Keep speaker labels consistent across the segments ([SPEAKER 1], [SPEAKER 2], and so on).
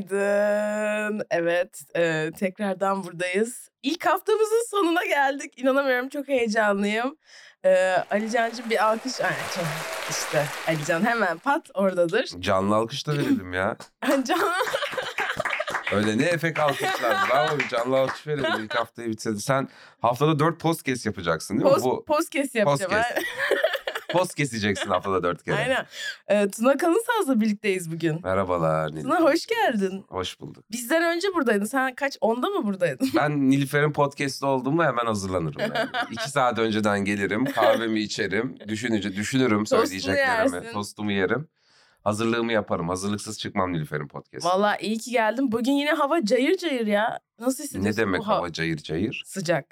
[SPEAKER 1] Günaydın. Evet, e, tekrardan buradayız. İlk haftamızın sonuna geldik. İnanamıyorum, çok heyecanlıyım. E, Ali Can'cığım bir alkış. Ay, çok- işte Ali Can hemen pat oradadır.
[SPEAKER 2] Canlı alkış da verelim ya.
[SPEAKER 1] Can
[SPEAKER 2] Öyle ne efekt alkışlar. Bravo bir canlı alkış verelim ilk haftayı bitirdi. Sen haftada dört post kes yapacaksın değil mi?
[SPEAKER 1] post,
[SPEAKER 2] Bu
[SPEAKER 1] podcast yapacağım.
[SPEAKER 2] Podcast. post keseceksin haftada dört kere.
[SPEAKER 1] Aynen. E, Tuna Kalınsaz'la birlikteyiz bugün.
[SPEAKER 2] Merhabalar Nil.
[SPEAKER 1] Tuna hoş geldin.
[SPEAKER 2] Hoş bulduk.
[SPEAKER 1] Bizden önce buradaydın. Sen kaç? Onda mı buradaydın?
[SPEAKER 2] Ben Nilüfer'in podcast'ı olduğumda hemen hazırlanırım. Yani. İki saat önceden gelirim, kahvemi içerim, düşününce düşünürüm
[SPEAKER 1] Tostunu
[SPEAKER 2] söyleyeceklerimi,
[SPEAKER 1] yersin.
[SPEAKER 2] tostumu yerim. Hazırlığımı yaparım. Hazırlıksız çıkmam Nilüfer'in podcast'ı.
[SPEAKER 1] Vallahi iyi ki geldin. Bugün yine hava cayır cayır ya. Nasıl
[SPEAKER 2] Ne
[SPEAKER 1] hissediyorsun
[SPEAKER 2] demek
[SPEAKER 1] bu ha-
[SPEAKER 2] hava cayır cayır?
[SPEAKER 1] Sıcak.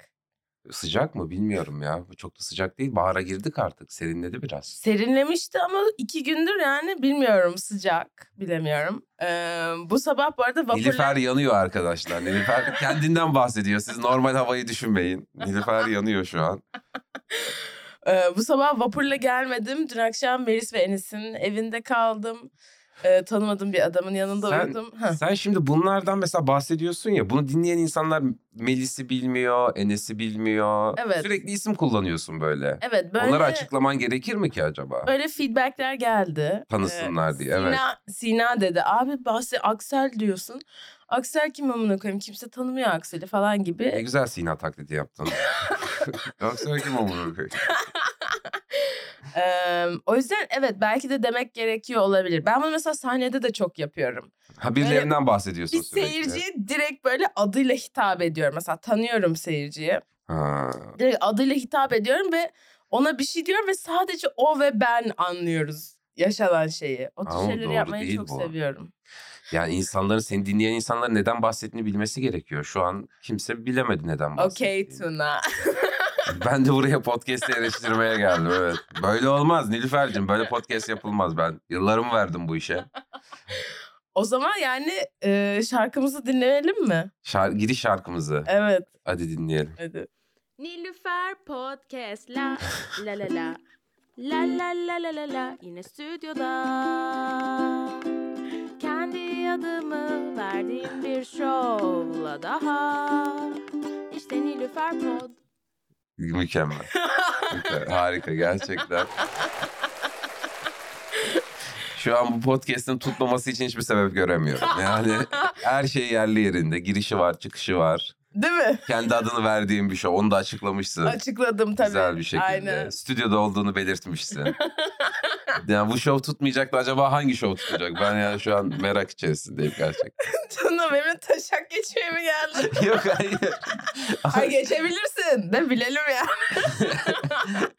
[SPEAKER 2] Sıcak mı bilmiyorum ya. Bu çok da sıcak değil. Bahara girdik artık. Serinledi biraz.
[SPEAKER 1] Serinlemişti ama iki gündür yani bilmiyorum sıcak bilemiyorum. Ee, bu sabah bu arada vapurla
[SPEAKER 2] Nilüfer yanıyor arkadaşlar. Nilüfer kendinden bahsediyor. Siz normal havayı düşünmeyin. Nilüfer yanıyor şu an.
[SPEAKER 1] Ee, bu sabah vapurla gelmedim. Dün akşam Melis ve Enis'in evinde kaldım. Ee, tanımadığım bir adamın yanında
[SPEAKER 2] Sen-
[SPEAKER 1] uyudum. Heh.
[SPEAKER 2] Sen şimdi bunlardan mesela bahsediyorsun ya. Bunu dinleyen insanlar Melis'i bilmiyor, Enes'i bilmiyor.
[SPEAKER 1] Evet.
[SPEAKER 2] Sürekli isim kullanıyorsun böyle.
[SPEAKER 1] Evet böyle
[SPEAKER 2] Onları açıklaman gerekir mi ki acaba?
[SPEAKER 1] böyle feedbackler geldi.
[SPEAKER 2] Tanısınlar diye,
[SPEAKER 1] Sina,
[SPEAKER 2] evet.
[SPEAKER 1] Sina dedi abi bahsi Aksel diyorsun. Aksel kim amına koyayım kimse tanımıyor Aksel'i falan
[SPEAKER 2] Ne
[SPEAKER 1] gibi.
[SPEAKER 2] güzel Sina taklidi yaptın. Yoksa kim olur?
[SPEAKER 1] Ee, o yüzden evet belki de demek gerekiyor olabilir. Ben bunu mesela sahnede de çok yapıyorum.
[SPEAKER 2] Ha birilerinden bahsediyorsun
[SPEAKER 1] Bir
[SPEAKER 2] sürekli.
[SPEAKER 1] seyirciye direkt böyle adıyla hitap ediyorum. Mesela tanıyorum seyirciye.
[SPEAKER 2] Ha.
[SPEAKER 1] Direkt adıyla hitap ediyorum ve ona bir şey diyorum ve sadece o ve ben anlıyoruz yaşanan şeyi. O tür
[SPEAKER 2] Ama
[SPEAKER 1] şeyleri
[SPEAKER 2] doğru
[SPEAKER 1] yapmayı
[SPEAKER 2] değil
[SPEAKER 1] çok
[SPEAKER 2] bu.
[SPEAKER 1] seviyorum.
[SPEAKER 2] Yani insanların seni dinleyen insanların neden bahsettiğini bilmesi gerekiyor. Şu an kimse bilemedi neden bahsettiğini.
[SPEAKER 1] Okey Tuna.
[SPEAKER 2] Ben de buraya podcast eleştirmeye geldim. Evet. Böyle olmaz Nilüfer'cim. Böyle podcast yapılmaz. Ben yıllarımı verdim bu işe.
[SPEAKER 1] O zaman yani e, şarkımızı dinleyelim mi?
[SPEAKER 2] Şar- giriş şarkımızı.
[SPEAKER 1] Evet.
[SPEAKER 2] Hadi dinleyelim.
[SPEAKER 1] Hadi.
[SPEAKER 3] Nilüfer Podcast la la la la la la la la la la yine stüdyoda kendi adımı verdiğim bir şovla daha işte Nilüfer Pod
[SPEAKER 2] Mükemmel. Mükemmel. Harika gerçekten. Şu an bu podcast'in tutmaması için hiçbir sebep göremiyorum. Yani her şey yerli yerinde. Girişi var, çıkışı var.
[SPEAKER 1] Değil mi?
[SPEAKER 2] Kendi adını verdiğim bir şey. Onu da açıklamışsın.
[SPEAKER 1] Açıkladım tabii.
[SPEAKER 2] Güzel bir şekilde.
[SPEAKER 1] Aynen.
[SPEAKER 2] Stüdyoda olduğunu belirtmişsin. yani bu şov tutmayacak da acaba hangi şov tutacak? Ben yani şu an merak içerisindeyim gerçekten.
[SPEAKER 1] Tuna benimle taşak geçmeye mi geldin?
[SPEAKER 2] Yok hayır.
[SPEAKER 1] Ay geçebilirsin. De bilelim ya.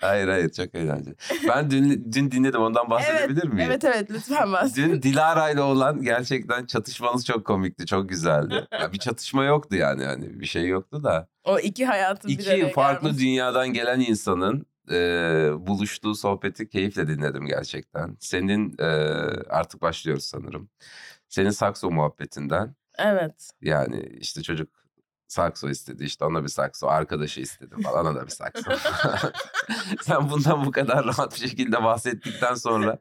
[SPEAKER 2] hayır hayır çok eğlenceli. Ben dün, dün dinledim ondan bahsedebilir miyim?
[SPEAKER 1] Evet evet lütfen bahsedin.
[SPEAKER 2] Dün Dilara ile olan gerçekten çatışmanız çok komikti, çok güzeldi. Ya bir çatışma yoktu yani, yani bir şey yoktu da.
[SPEAKER 1] O iki hayatın bir araya
[SPEAKER 2] İki farklı
[SPEAKER 1] gelmesi.
[SPEAKER 2] dünyadan gelen insanın e, buluştuğu sohbeti keyifle dinledim gerçekten. Senin e, artık başlıyoruz sanırım. Senin sakso muhabbetinden
[SPEAKER 1] Evet.
[SPEAKER 2] yani işte çocuk sakso istedi işte ona bir sakso arkadaşı istedi falan ona da bir sakso. Sen bundan bu kadar rahat bir şekilde bahsettikten sonra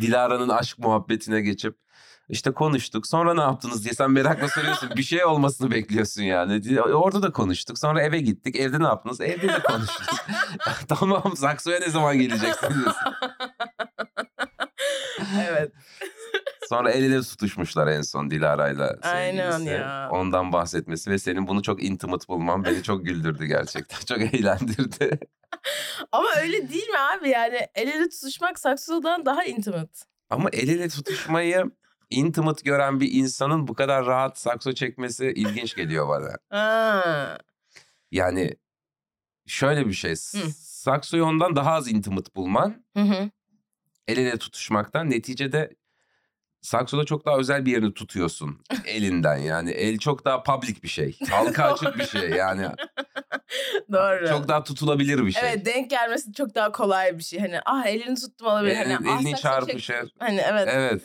[SPEAKER 2] Dilara'nın aşk muhabbetine geçip işte konuştuk sonra ne yaptınız diye sen merakla soruyorsun. Bir şey olmasını bekliyorsun yani. Orada da konuştuk sonra eve gittik evde ne yaptınız evde de konuştuk. tamam saksoya ne zaman geleceksiniz?
[SPEAKER 1] Evet.
[SPEAKER 2] Sonra el ele tutuşmuşlar en son Dilara'yla sevgilisi.
[SPEAKER 1] Aynen ya.
[SPEAKER 2] Ondan bahsetmesi ve senin bunu çok intimate bulman beni çok güldürdü gerçekten. Çok eğlendirdi.
[SPEAKER 1] Ama öyle değil mi abi? Yani el ele tutuşmak saksodan daha intimate.
[SPEAKER 2] Ama el ele tutuşmayı intimate gören bir insanın bu kadar rahat sakso çekmesi ilginç geliyor bana.
[SPEAKER 1] Ha.
[SPEAKER 2] Yani şöyle bir şey. Saksoyu ondan daha az intimate bulman
[SPEAKER 1] Hı hı.
[SPEAKER 2] el ele tutuşmaktan neticede saksoda çok daha özel bir yerini tutuyorsun elinden yani. El çok daha public bir şey. Halka açık bir şey yani.
[SPEAKER 1] Doğru.
[SPEAKER 2] Çok daha tutulabilir bir şey.
[SPEAKER 1] Evet denk gelmesi çok daha kolay bir şey. Hani ah elini tuttum olabilir.
[SPEAKER 2] E, Elini,
[SPEAKER 1] hani, ah, sakso
[SPEAKER 2] elini
[SPEAKER 1] çek-
[SPEAKER 2] çarpışır.
[SPEAKER 1] Hani evet.
[SPEAKER 2] Evet.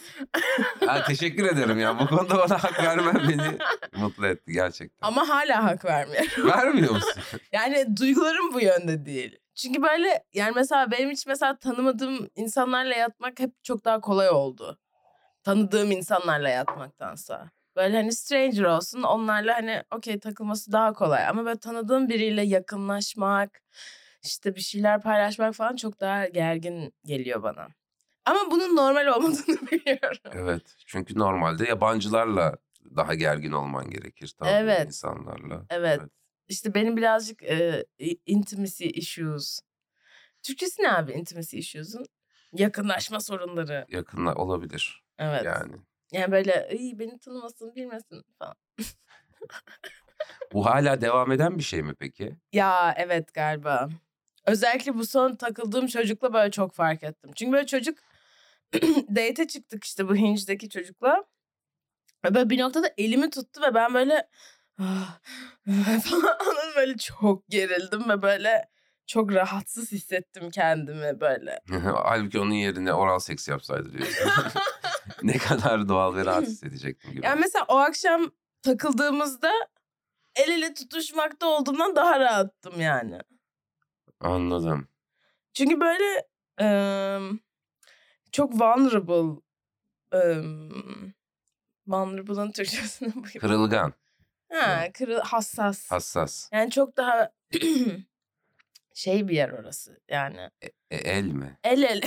[SPEAKER 2] Ha, teşekkür ederim ya. Bu konuda bana hak vermen beni mutlu etti gerçekten.
[SPEAKER 1] Ama hala hak vermiyor.
[SPEAKER 2] Vermiyor musun?
[SPEAKER 1] Yani duygularım bu yönde değil. Çünkü böyle yani mesela benim hiç mesela tanımadığım insanlarla yatmak hep çok daha kolay oldu. Tanıdığım insanlarla yatmaktansa. Böyle hani stranger olsun onlarla hani okey takılması daha kolay. Ama böyle tanıdığım biriyle yakınlaşmak, işte bir şeyler paylaşmak falan çok daha gergin geliyor bana. Ama bunun normal olmadığını biliyorum.
[SPEAKER 2] Evet. Çünkü normalde yabancılarla daha gergin olman gerekir. Tabii
[SPEAKER 1] Evet.
[SPEAKER 2] insanlarla.
[SPEAKER 1] Evet. İşte benim birazcık e, i- intimacy issues. Türkçesi ne abi intimacy issues'un? Yakınlaşma sorunları.
[SPEAKER 2] Yakınla olabilir
[SPEAKER 1] Evet. Yani,
[SPEAKER 2] yani.
[SPEAKER 1] böyle iyi beni tanımasın bilmesin falan.
[SPEAKER 2] Bu hala devam eden bir şey mi peki?
[SPEAKER 1] Ya evet galiba. Özellikle bu son takıldığım çocukla böyle çok fark ettim. Çünkü böyle çocuk date'e çıktık işte bu Hinge'deki çocukla. Ve böyle bir noktada elimi tuttu ve ben böyle "Ah, ah," falan böyle çok gerildim ve böyle çok rahatsız hissettim kendimi böyle.
[SPEAKER 2] Halbuki onun yerine oral seks yapsaydı diyorsun. ne kadar doğal ve rahat hissedecektim gibi.
[SPEAKER 1] Yani mesela o akşam takıldığımızda el ele tutuşmakta olduğumdan daha rahattım yani.
[SPEAKER 2] Anladım.
[SPEAKER 1] Çünkü böyle em, çok vulnerable em, vulnerable'ın Türkçesini buyum.
[SPEAKER 2] Kırılgan,
[SPEAKER 1] Ha, kırıl hassas.
[SPEAKER 2] hassas.
[SPEAKER 1] yani çok daha şey bir yer orası yani.
[SPEAKER 2] E, el mi?
[SPEAKER 1] El el.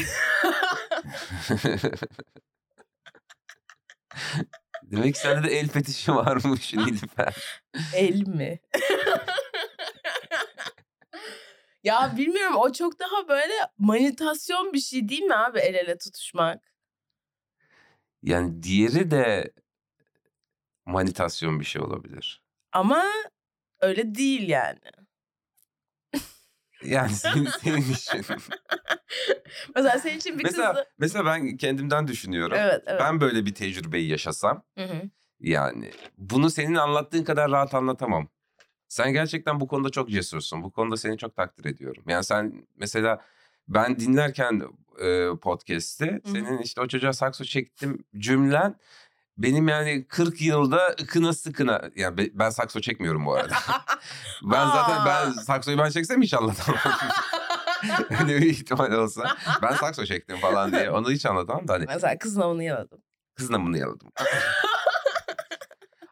[SPEAKER 2] Demek ki sende de el fetişi varmış Nilüfer.
[SPEAKER 1] el mi? ya bilmiyorum o çok daha böyle manitasyon bir şey değil mi abi el ele tutuşmak?
[SPEAKER 2] Yani diğeri de manitasyon bir şey olabilir.
[SPEAKER 1] Ama öyle değil yani.
[SPEAKER 2] Yani senin, senin için.
[SPEAKER 1] Mesela senin için bir kızla...
[SPEAKER 2] mesela, mesela ben kendimden düşünüyorum.
[SPEAKER 1] Evet evet.
[SPEAKER 2] Ben böyle bir tecrübeyi yaşasam
[SPEAKER 1] Hı hı.
[SPEAKER 2] Yani bunu senin anlattığın kadar rahat anlatamam. Sen gerçekten bu konuda çok cesursun. Bu konuda seni çok takdir ediyorum. Yani sen mesela ben dinlerken e, podcast'i
[SPEAKER 1] hı.
[SPEAKER 2] senin işte o çocuğa sakso çektim cümlen benim yani 40 yılda kına sıkına ya be- ben sakso çekmiyorum bu arada. ben zaten ben
[SPEAKER 1] Aa.
[SPEAKER 2] saksoyu ben çeksem hiç anlatamam. Öyle bir ihtimal olsa ben sakso çektim falan diye onu hiç anlatamam da hani
[SPEAKER 1] Mesela kızla onu yaladım.
[SPEAKER 2] Kızla bunu yaladım.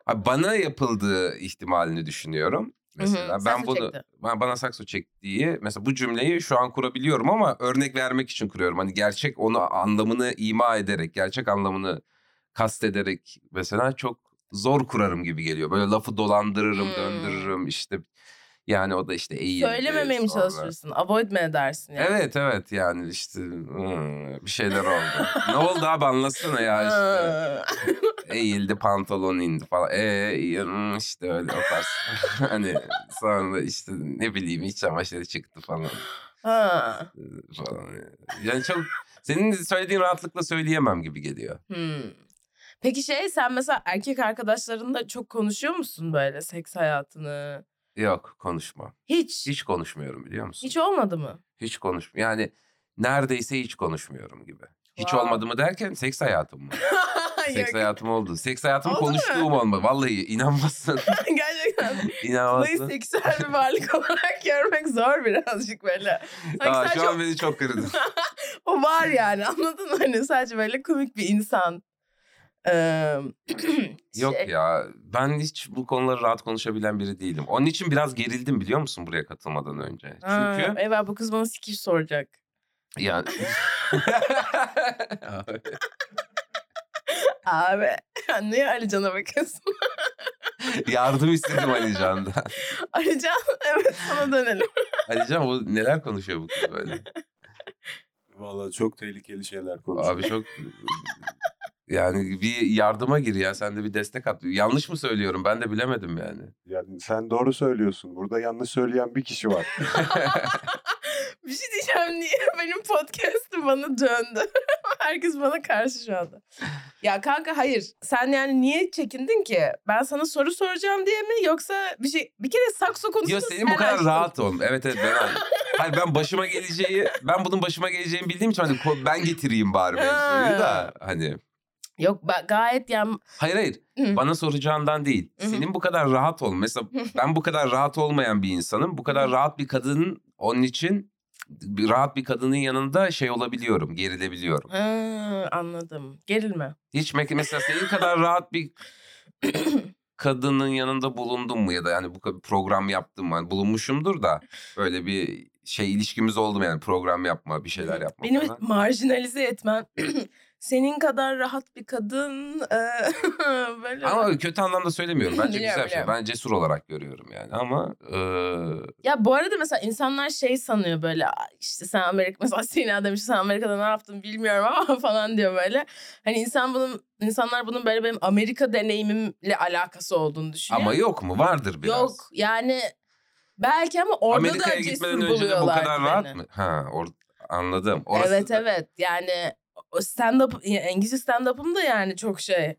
[SPEAKER 2] Abi bana yapıldığı ihtimalini düşünüyorum. Mesela
[SPEAKER 1] Hı hı,
[SPEAKER 2] ben
[SPEAKER 1] sakso
[SPEAKER 2] bunu
[SPEAKER 1] çekti.
[SPEAKER 2] ben bana sakso çektiği mesela bu cümleyi şu an kurabiliyorum ama örnek vermek için kuruyorum. Hani gerçek onu anlamını ima ederek, gerçek anlamını kastederek mesela çok zor kurarım gibi geliyor. Böyle lafı dolandırırım,
[SPEAKER 1] Hmm.
[SPEAKER 2] döndürürüm işte. Yani o da işte eğilir.
[SPEAKER 1] Söylememeye mi
[SPEAKER 2] sonra-
[SPEAKER 1] çalışırsın? Avoid mi edersin yani?
[SPEAKER 2] Evet evet yani işte hmm, bir şeyler oldu. ne oldu abi anlatsana ya işte
[SPEAKER 1] Aa.
[SPEAKER 2] eğildi pantolon indi falan. Eee işte öyle o tarz. hani sonra işte ne bileyim iç çamaşırı çıktı falan.
[SPEAKER 1] Ha.
[SPEAKER 2] falan. Yani çok senin söylediğin rahatlıkla söyleyemem gibi geliyor.
[SPEAKER 1] Hmm. Peki şey sen mesela erkek arkadaşlarınla çok konuşuyor musun böyle seks hayatını?
[SPEAKER 2] Yok konuşma.
[SPEAKER 1] Hiç. Hiç,
[SPEAKER 2] Hiç konuşmuyorum biliyor musun? Hiç,
[SPEAKER 1] olmadı mı?
[SPEAKER 2] konuş. Yani neredeyse hiç konuşmuyorum gibi. Hiç
[SPEAKER 1] Wow.
[SPEAKER 2] olmadı mı derken seks hayatım mı? Seks
[SPEAKER 1] Yok.
[SPEAKER 2] hayatım oldu. Seks hayatım
[SPEAKER 1] Oldu mu?
[SPEAKER 2] konuştuğum olma. Vallahi inanmazsın.
[SPEAKER 1] Gerçekten. Burayı
[SPEAKER 2] inanmazsın.
[SPEAKER 1] seksüel bir varlık olarak görmek zor birazcık böyle. Sanki
[SPEAKER 2] Aa,
[SPEAKER 1] sadece
[SPEAKER 2] şu an beni çok kırdın.
[SPEAKER 1] o var yani anladın mı? Hani sadece böyle komik bir insan. Ee,
[SPEAKER 2] Yok
[SPEAKER 1] şey-
[SPEAKER 2] ya ben hiç bu konuları rahat konuşabilen biri değilim. Onun için biraz gerildim biliyor musun buraya katılmadan önce. Çünkü
[SPEAKER 1] Ha, Eyvah bu kız bana sikiş soracak.
[SPEAKER 2] yani...
[SPEAKER 1] Abi niye Ali Can'a bakıyorsun?
[SPEAKER 2] Yardım istedim Alican'dan.
[SPEAKER 1] Ali Can evet sana dönelim.
[SPEAKER 2] Alican bu neler konuşuyor bu kız böyle.
[SPEAKER 4] Vallahi çok tehlikeli şeyler konuşuyor.
[SPEAKER 2] Abi çok... Yani bir yardıma gir ya sen de bir destek at. Yanlış mı söylüyorum ben de bilemedim yani.
[SPEAKER 4] Yani sen doğru söylüyorsun. Burada yanlış söyleyen bir kişi var.
[SPEAKER 1] Bir şey diyeceğim niye benim podcast'ım bana döndü. Herkes bana karşı şu anda. Ya kanka hayır sen yani niye çekindin ki? Ben sana soru soracağım diye mi yoksa bir şey bir kere sakso konusunda
[SPEAKER 2] Yo senin bu
[SPEAKER 1] sen
[SPEAKER 2] kadar
[SPEAKER 1] açtın.
[SPEAKER 2] rahat ol. Evet evet ben anladım. Hayır ben başıma geleceği, ben bunun başıma geleceğini bildiğim için hani ko- ben getireyim bari mevzuyu da hani.
[SPEAKER 1] Yok ben gayet yani
[SPEAKER 2] Hayır hayır.
[SPEAKER 1] Hı.
[SPEAKER 2] Bana soracağından değil.
[SPEAKER 1] Hı hı.
[SPEAKER 2] Senin bu kadar rahat ol. Mesela ben bu kadar rahat olmayan bir insanım. Bu kadar rahat bir kadının onun için bir- rahat bir kadının yanında şey olabiliyorum, gerilebiliyorum.
[SPEAKER 1] Ha, anladım. Gerilme.
[SPEAKER 2] Hiç me- mesela senin kadar rahat bir kadının yanında bulundum mu ya da yani bu kadar program yaptım mı? Hani bulunmuşumdur da böyle bir şey ilişkimiz oldu mu yani program yapma, bir şeyler yapma
[SPEAKER 1] Beni
[SPEAKER 2] falan.
[SPEAKER 1] marjinalize etmen senin kadar rahat bir kadın eee, böyle.
[SPEAKER 2] Ama kötü anlamda söylemiyorum. Bence
[SPEAKER 1] Biliyorum,
[SPEAKER 2] güzel bir şey.
[SPEAKER 1] biliyorum.
[SPEAKER 2] Ben cesur olarak görüyorum yani. Ama eee,
[SPEAKER 1] Ya bu arada mesela insanlar şey sanıyor böyle "Aa, işte sen Amerika mesela Sina demiş sen Amerika'da ne yaptın bilmiyorum ama falan diyor böyle. Hani insan bunun insanlar bunun böyle benim Amerika deneyimimle alakası olduğunu düşünüyor.
[SPEAKER 2] ama yok mu? Vardır biraz.
[SPEAKER 1] Yok yani belki ama orada
[SPEAKER 2] Amerika'ya
[SPEAKER 1] da cesur
[SPEAKER 2] gitmeden önce de bu
[SPEAKER 1] buluyorlardı
[SPEAKER 2] kadar rahat
[SPEAKER 1] beni.
[SPEAKER 2] mı? Ha, or- anladım. Orası
[SPEAKER 1] evet
[SPEAKER 2] da-
[SPEAKER 1] evet yani o stand up İngilizce stand up'ım da yani çok şey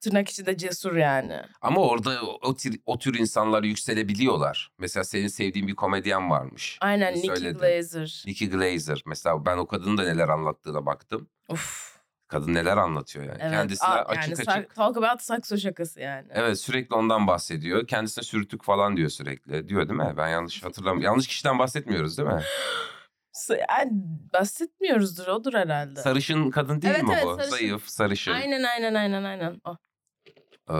[SPEAKER 1] tırnak içinde cesur yani.
[SPEAKER 2] Ama orada o, o tür, o tür insanlar yükselebiliyorlar. Mesela senin sevdiğin bir komedyen varmış.
[SPEAKER 1] Aynen
[SPEAKER 2] Bunu
[SPEAKER 1] Nikki
[SPEAKER 2] söyledin.
[SPEAKER 1] Glaser.
[SPEAKER 2] Nikki Glaser. Mesela ben o kadının da neler anlattığına baktım.
[SPEAKER 1] Of.
[SPEAKER 2] Kadın neler anlatıyor yani.
[SPEAKER 1] Evet.
[SPEAKER 2] Kendisine
[SPEAKER 1] Aa,
[SPEAKER 2] açık
[SPEAKER 1] yani
[SPEAKER 2] açık.
[SPEAKER 1] sak- Talk about sakso şakası yani.
[SPEAKER 2] Evet sürekli ondan bahsediyor. Kendisine sürtük falan diyor sürekli. Diyor değil mi? Ben yanlış hatırlamıyorum. yanlış kişiden bahsetmiyoruz değil mi?
[SPEAKER 1] S- Yani bahsetmiyoruzdur odur herhalde.
[SPEAKER 2] Sarışın kadın değil
[SPEAKER 1] Evet,
[SPEAKER 2] mi
[SPEAKER 1] evet,
[SPEAKER 2] bu?
[SPEAKER 1] sarışın.
[SPEAKER 2] Zayıf, sarışın.
[SPEAKER 1] Aynen aynen aynen aynen. Oh, O.
[SPEAKER 2] Ee,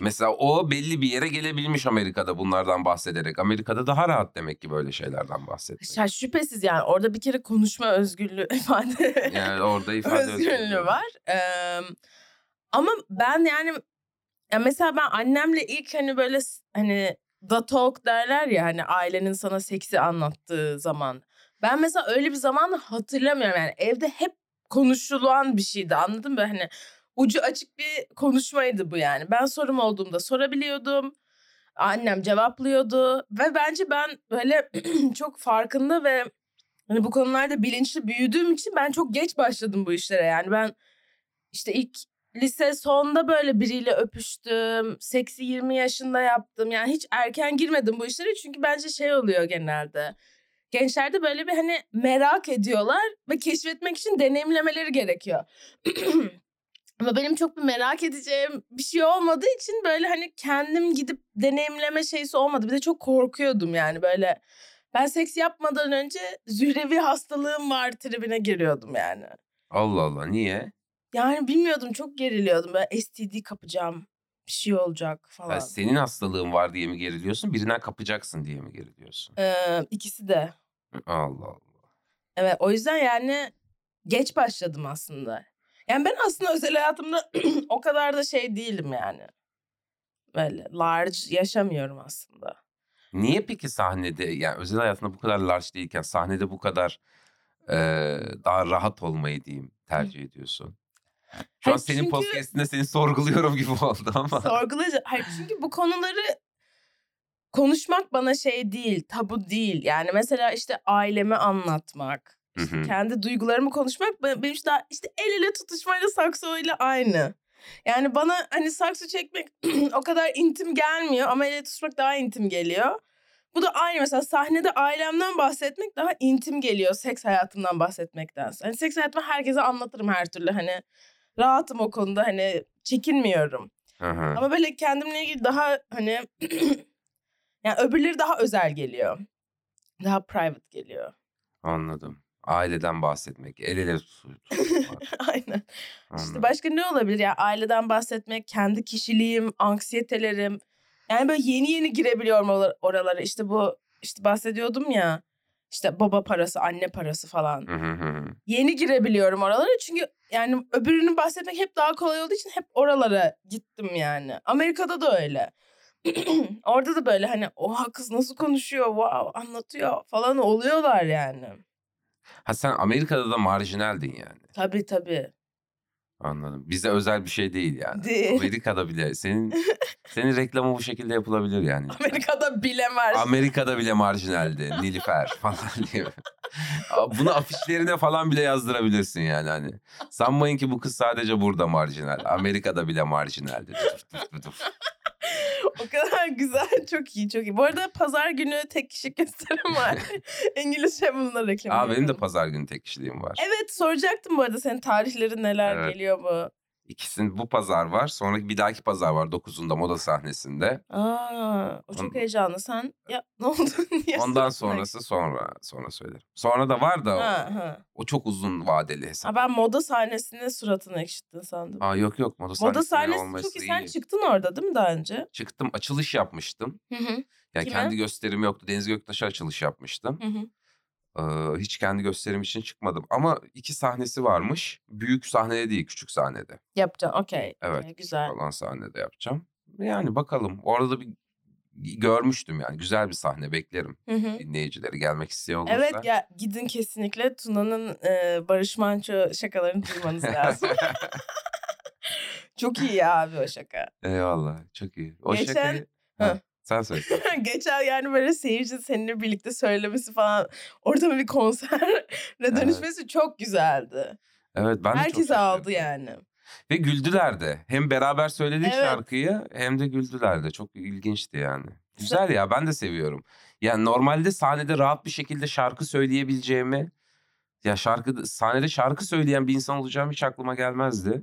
[SPEAKER 2] mesela o belli bir yere gelebilmiş Amerika'da bunlardan bahsederek. Amerika'da daha rahat demek ki böyle şeylerden bahsetmek.
[SPEAKER 1] Ya şüphesiz yani orada bir kere konuşma özgürlüğü ifade
[SPEAKER 2] Yani orada ifade
[SPEAKER 1] özgürlüğü var. Eee, ama ben yani ya mesela ben annemle ilk hani böyle s- hani the talk derler ya hani ailenin sana seksi anlattığı zaman. Ben mesela öyle bir zaman hatırlamıyorum yani evde hep konuşulan bir şeydi anladın mı? Hani ucu açık bir konuşmaydı bu yani. Ben sorum olduğumda sorabiliyordum. Annem cevaplıyordu ve bence ben böyle çok farkında ve hani bu konularda bilinçli büyüdüğüm için ben çok geç başladım bu işlere. Yani ben işte ilk lise sonda böyle biriyle öpüştüm. Seksi 20 yaşında yaptım. Yani hiç erken girmedim bu işlere çünkü bence şey oluyor genelde. Gençlerde böyle bir hani merak ediyorlar ve keşfetmek için deneyimlemeleri gerekiyor. Ama benim çok bir merak edeceğim bir şey olmadığı için böyle hani kendim gidip deneyimleme şeysi olmadı. Bir de çok korkuyordum yani böyle ben seks yapmadan önce zührevi hastalığım var tribine giriyordum yani.
[SPEAKER 2] Allah Allah niye?
[SPEAKER 1] Yani bilmiyordum çok geriliyordum. Ben STD kapacağım bir şey olacak falan.
[SPEAKER 2] Yani senin hastalığın var diye mi geriliyorsun? Birinden kapacaksın diye mi geriliyorsun?
[SPEAKER 1] Ee, ikisi de.
[SPEAKER 2] Allah Allah.
[SPEAKER 1] Evet o yüzden yani geç başladım aslında. Yani ben aslında özel hayatımda o kadar da şey değilim yani. Böyle large yaşamıyorum aslında.
[SPEAKER 2] Niye peki sahnede yani özel hayatında bu kadar large değilken sahnede bu kadar e, daha rahat olmayı diyeyim tercih ediyorsun? Şu an
[SPEAKER 1] Hayır,
[SPEAKER 2] senin
[SPEAKER 1] çünkü-
[SPEAKER 2] podcastinde seni sorguluyorum gibi oldu ama.
[SPEAKER 1] Sorgulayacağım. Hayır çünkü bu konuları konuşmak bana şey değil, tabu değil. Yani mesela işte aileme anlatmak,
[SPEAKER 2] Hı hı.
[SPEAKER 1] kendi duygularımı konuşmak be- benim işte daha işte el ele tutuşmayla saksoyla aynı. Yani bana hani sakso çekmek o kadar intim gelmiyor ama el ele tutuşmak daha intim geliyor. Bu da aynı mesela sahnede ailemden bahsetmek daha intim geliyor seks hayatımdan bahsetmektense. Hani seks hayatımı herkese anlatırım her türlü hani rahatım o konuda hani çekinmiyorum.
[SPEAKER 2] Hı hı.
[SPEAKER 1] Ama böyle kendimle ilgili daha hani yani öbürleri daha özel geliyor. Daha private geliyor.
[SPEAKER 2] Anladım. Aileden bahsetmek, el ele tutu- tutmak.
[SPEAKER 1] Aynen. İşte
[SPEAKER 2] Anladım.
[SPEAKER 1] başka ne olabilir ya? Aileden bahsetmek, kendi kişiliğim, anksiyetelerim. Yani böyle yeni yeni girebiliyorum or- oralara. İşte bu işte bahsediyordum ya. İşte baba parası, anne parası falan.
[SPEAKER 2] Hı hı hı.
[SPEAKER 1] Yeni girebiliyorum oralara çünkü yani öbürünü bahsetmek hep daha kolay olduğu için hep oralara gittim yani. Amerika'da da öyle. Orada da böyle hani oha kız nasıl konuşuyor, wow anlatıyor falan oluyorlar yani.
[SPEAKER 2] ha sen Amerika'da da marjinaldin yani.
[SPEAKER 1] Tabii tabii.
[SPEAKER 2] Anladım. Bize özel bir şey değil yani.
[SPEAKER 1] Değil.
[SPEAKER 2] Amerika'da bile senin senin reklamı bu şekilde yapılabilir yani.
[SPEAKER 1] Amerika'da bile var.
[SPEAKER 2] Amerika'da bile marjinaldi. Nilüfer falan diye. Bunu afişlerine falan bile yazdırabilirsin yani hani. Sanmayın ki bu kız sadece burada marjinal. Amerika'da bile marjinaldi. Dur, dur, dur, dur.
[SPEAKER 1] O kadar güzel. Çok iyi, çok iyi. Bu arada pazar günü tek kişi gösterim var. İngilizce bununla reklam
[SPEAKER 2] Aa benim de
[SPEAKER 1] yapalım.
[SPEAKER 2] pazar günü tek kişiliğim var.
[SPEAKER 1] Evet soracaktım bu arada senin tarihleri neler
[SPEAKER 2] Evet.
[SPEAKER 1] geliyor bu
[SPEAKER 2] İkisinin bu pazar var. Sonra bir dahaki pazar var 9'unda moda sahnesinde.
[SPEAKER 1] Aa, o çok
[SPEAKER 2] On-
[SPEAKER 1] heyecanlı. Sen ya ne oldu? Niye
[SPEAKER 2] Ondan
[SPEAKER 1] sordun?
[SPEAKER 2] sonrası sonra sonra söylerim. Sonra da var da o-
[SPEAKER 1] Ha, ha.
[SPEAKER 2] o çok uzun vadeli hesap.
[SPEAKER 1] Ha, ben moda sahnesine suratını ekşittin sandım.
[SPEAKER 2] Aa yok yok moda
[SPEAKER 1] moda
[SPEAKER 2] sahnesinde
[SPEAKER 1] sahnesi
[SPEAKER 2] olması
[SPEAKER 1] çünkü sen
[SPEAKER 2] iyi.
[SPEAKER 1] çıktın orada değil mi daha önce?
[SPEAKER 2] Çıktım açılış yapmıştım.
[SPEAKER 1] Hı hı.
[SPEAKER 2] Yani
[SPEAKER 1] Kime?
[SPEAKER 2] kendi gösterim yoktu. Deniz Göktaş'a açılış yapmıştım.
[SPEAKER 1] Hı hı.
[SPEAKER 2] Ee, hiç kendi gösterim için çıkmadım. Ama iki sahnesi varmış. Büyük sahnede değil küçük sahnede.
[SPEAKER 1] Yapacaksın. Okey.
[SPEAKER 2] Evet,
[SPEAKER 1] okey, Ee, güzel.
[SPEAKER 2] Falan sahnede yapacağım. Yani bakalım. Orada da bir görmüştüm yani. Güzel bir sahne beklerim.
[SPEAKER 1] Hı hı.
[SPEAKER 2] Dinleyicileri gelmek isteyen olursa.
[SPEAKER 1] Evet ya gidin kesinlikle Tuna'nın e, Barış Manço şakalarını duymanız lazım. Çok iyi ya abi o şaka.
[SPEAKER 2] Eyvallah çok iyi. O
[SPEAKER 1] Geçen-
[SPEAKER 2] şakayı... Ha,
[SPEAKER 1] Ha.
[SPEAKER 2] Sen söyle.
[SPEAKER 1] Geçen yani böyle seyirci seninle birlikte söylemesi falan ortamı bir konsere dönüşmesi çok güzeldi.
[SPEAKER 2] Evet ben de çok
[SPEAKER 1] Herkes
[SPEAKER 2] şaşırdım.
[SPEAKER 1] aldı yani.
[SPEAKER 2] Ve güldüler de. Hem beraber söyledik
[SPEAKER 1] Evet.
[SPEAKER 2] şarkıyı hem de güldüler de. Çok ilginçti yani. Güzel ya ben de seviyorum. Yani normalde sahnede rahat bir şekilde şarkı söyleyebileceğimi... Ya şarkı sahnede şarkı söyleyen bir insan olacağım hiç aklıma gelmezdi.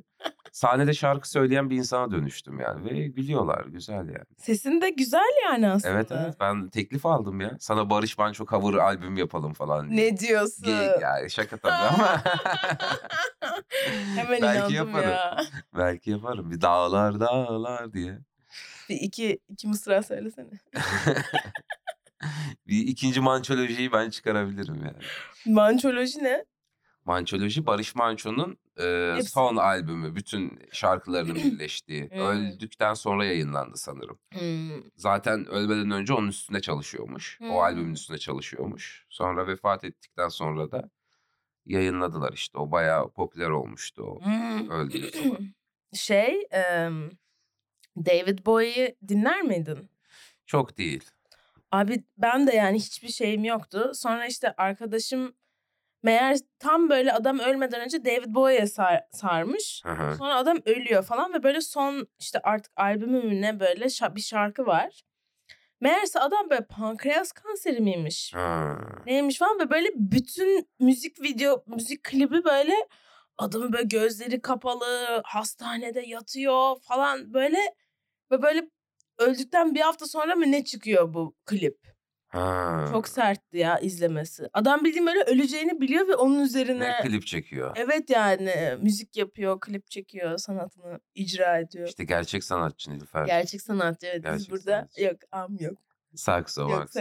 [SPEAKER 2] sahnede şarkı söyleyen bir insana dönüştüm yani. Ve gülüyorlar güzel yani.
[SPEAKER 1] Sesin de güzel yani aslında.
[SPEAKER 2] Evet evet ben teklif aldım ya. Sana Barış Manço cover albüm yapalım falan. diye.
[SPEAKER 1] Ne diyorsun?
[SPEAKER 2] Ge- yani e, şaka tabii ama.
[SPEAKER 1] Hemen
[SPEAKER 2] Belki
[SPEAKER 1] inandım
[SPEAKER 2] yaparım.
[SPEAKER 1] ya.
[SPEAKER 2] Belki yaparım. Bir dağlar dağlar diye.
[SPEAKER 1] Bir iki, iki mısra söylesene.
[SPEAKER 2] Bir ikinci mançolojiyi ben çıkarabilirim yani.
[SPEAKER 1] Mançoloji ne?
[SPEAKER 2] Mançoloji Barış Manço'nun e,
[SPEAKER 1] Hepsi.
[SPEAKER 2] son albümü. Bütün şarkılarının birleştiği.
[SPEAKER 1] Hmm.
[SPEAKER 2] Öldükten sonra yayınlandı sanırım. Hmm. Zaten ölmeden önce onun üstünde çalışıyormuş.
[SPEAKER 1] Hmm.
[SPEAKER 2] O albümün üstünde çalışıyormuş. Sonra vefat ettikten sonra da yayınladılar işte. O bayağı popüler olmuştu o.
[SPEAKER 1] Hmm.
[SPEAKER 2] Öldüğü zaman.
[SPEAKER 1] Şey, em, David Bowie'yi dinler miydin?
[SPEAKER 2] Çok değil.
[SPEAKER 1] Abi ben de yani hiçbir şeyim yoktu. Sonra işte arkadaşım meğer tam böyle adam ölmeden önce David Bowie'ye sar- sarmış.
[SPEAKER 2] Hı hı.
[SPEAKER 1] Sonra adam ölüyor falan ve böyle son işte artık albümü mü ne böyle şa- bir şarkı var. Meğerse adam böyle pankreas kanseri miymiş?
[SPEAKER 2] Ha.
[SPEAKER 1] Neymiş falan ve böyle bütün müzik video, müzik klibi böyle adamın böyle gözleri kapalı, hastanede yatıyor falan böyle ve böyle öldükten bir hafta sonra mı ne çıkıyor bu klip?
[SPEAKER 2] Ha.
[SPEAKER 1] Çok sertti ya izlemesi. Adam bildiğin böyle öleceğini biliyor ve onun üzerine...
[SPEAKER 2] Ne klip çekiyor.
[SPEAKER 1] Evet yani e, müzik yapıyor, klip çekiyor, sanatını icra ediyor.
[SPEAKER 2] İşte gerçek sanatçı Nilüfer.
[SPEAKER 1] Gerçek sanatçı evet biz
[SPEAKER 2] Gerçek
[SPEAKER 1] burada
[SPEAKER 2] sanatçı.
[SPEAKER 1] yok am yok.
[SPEAKER 2] Sakso
[SPEAKER 1] Yok,
[SPEAKER 2] makso.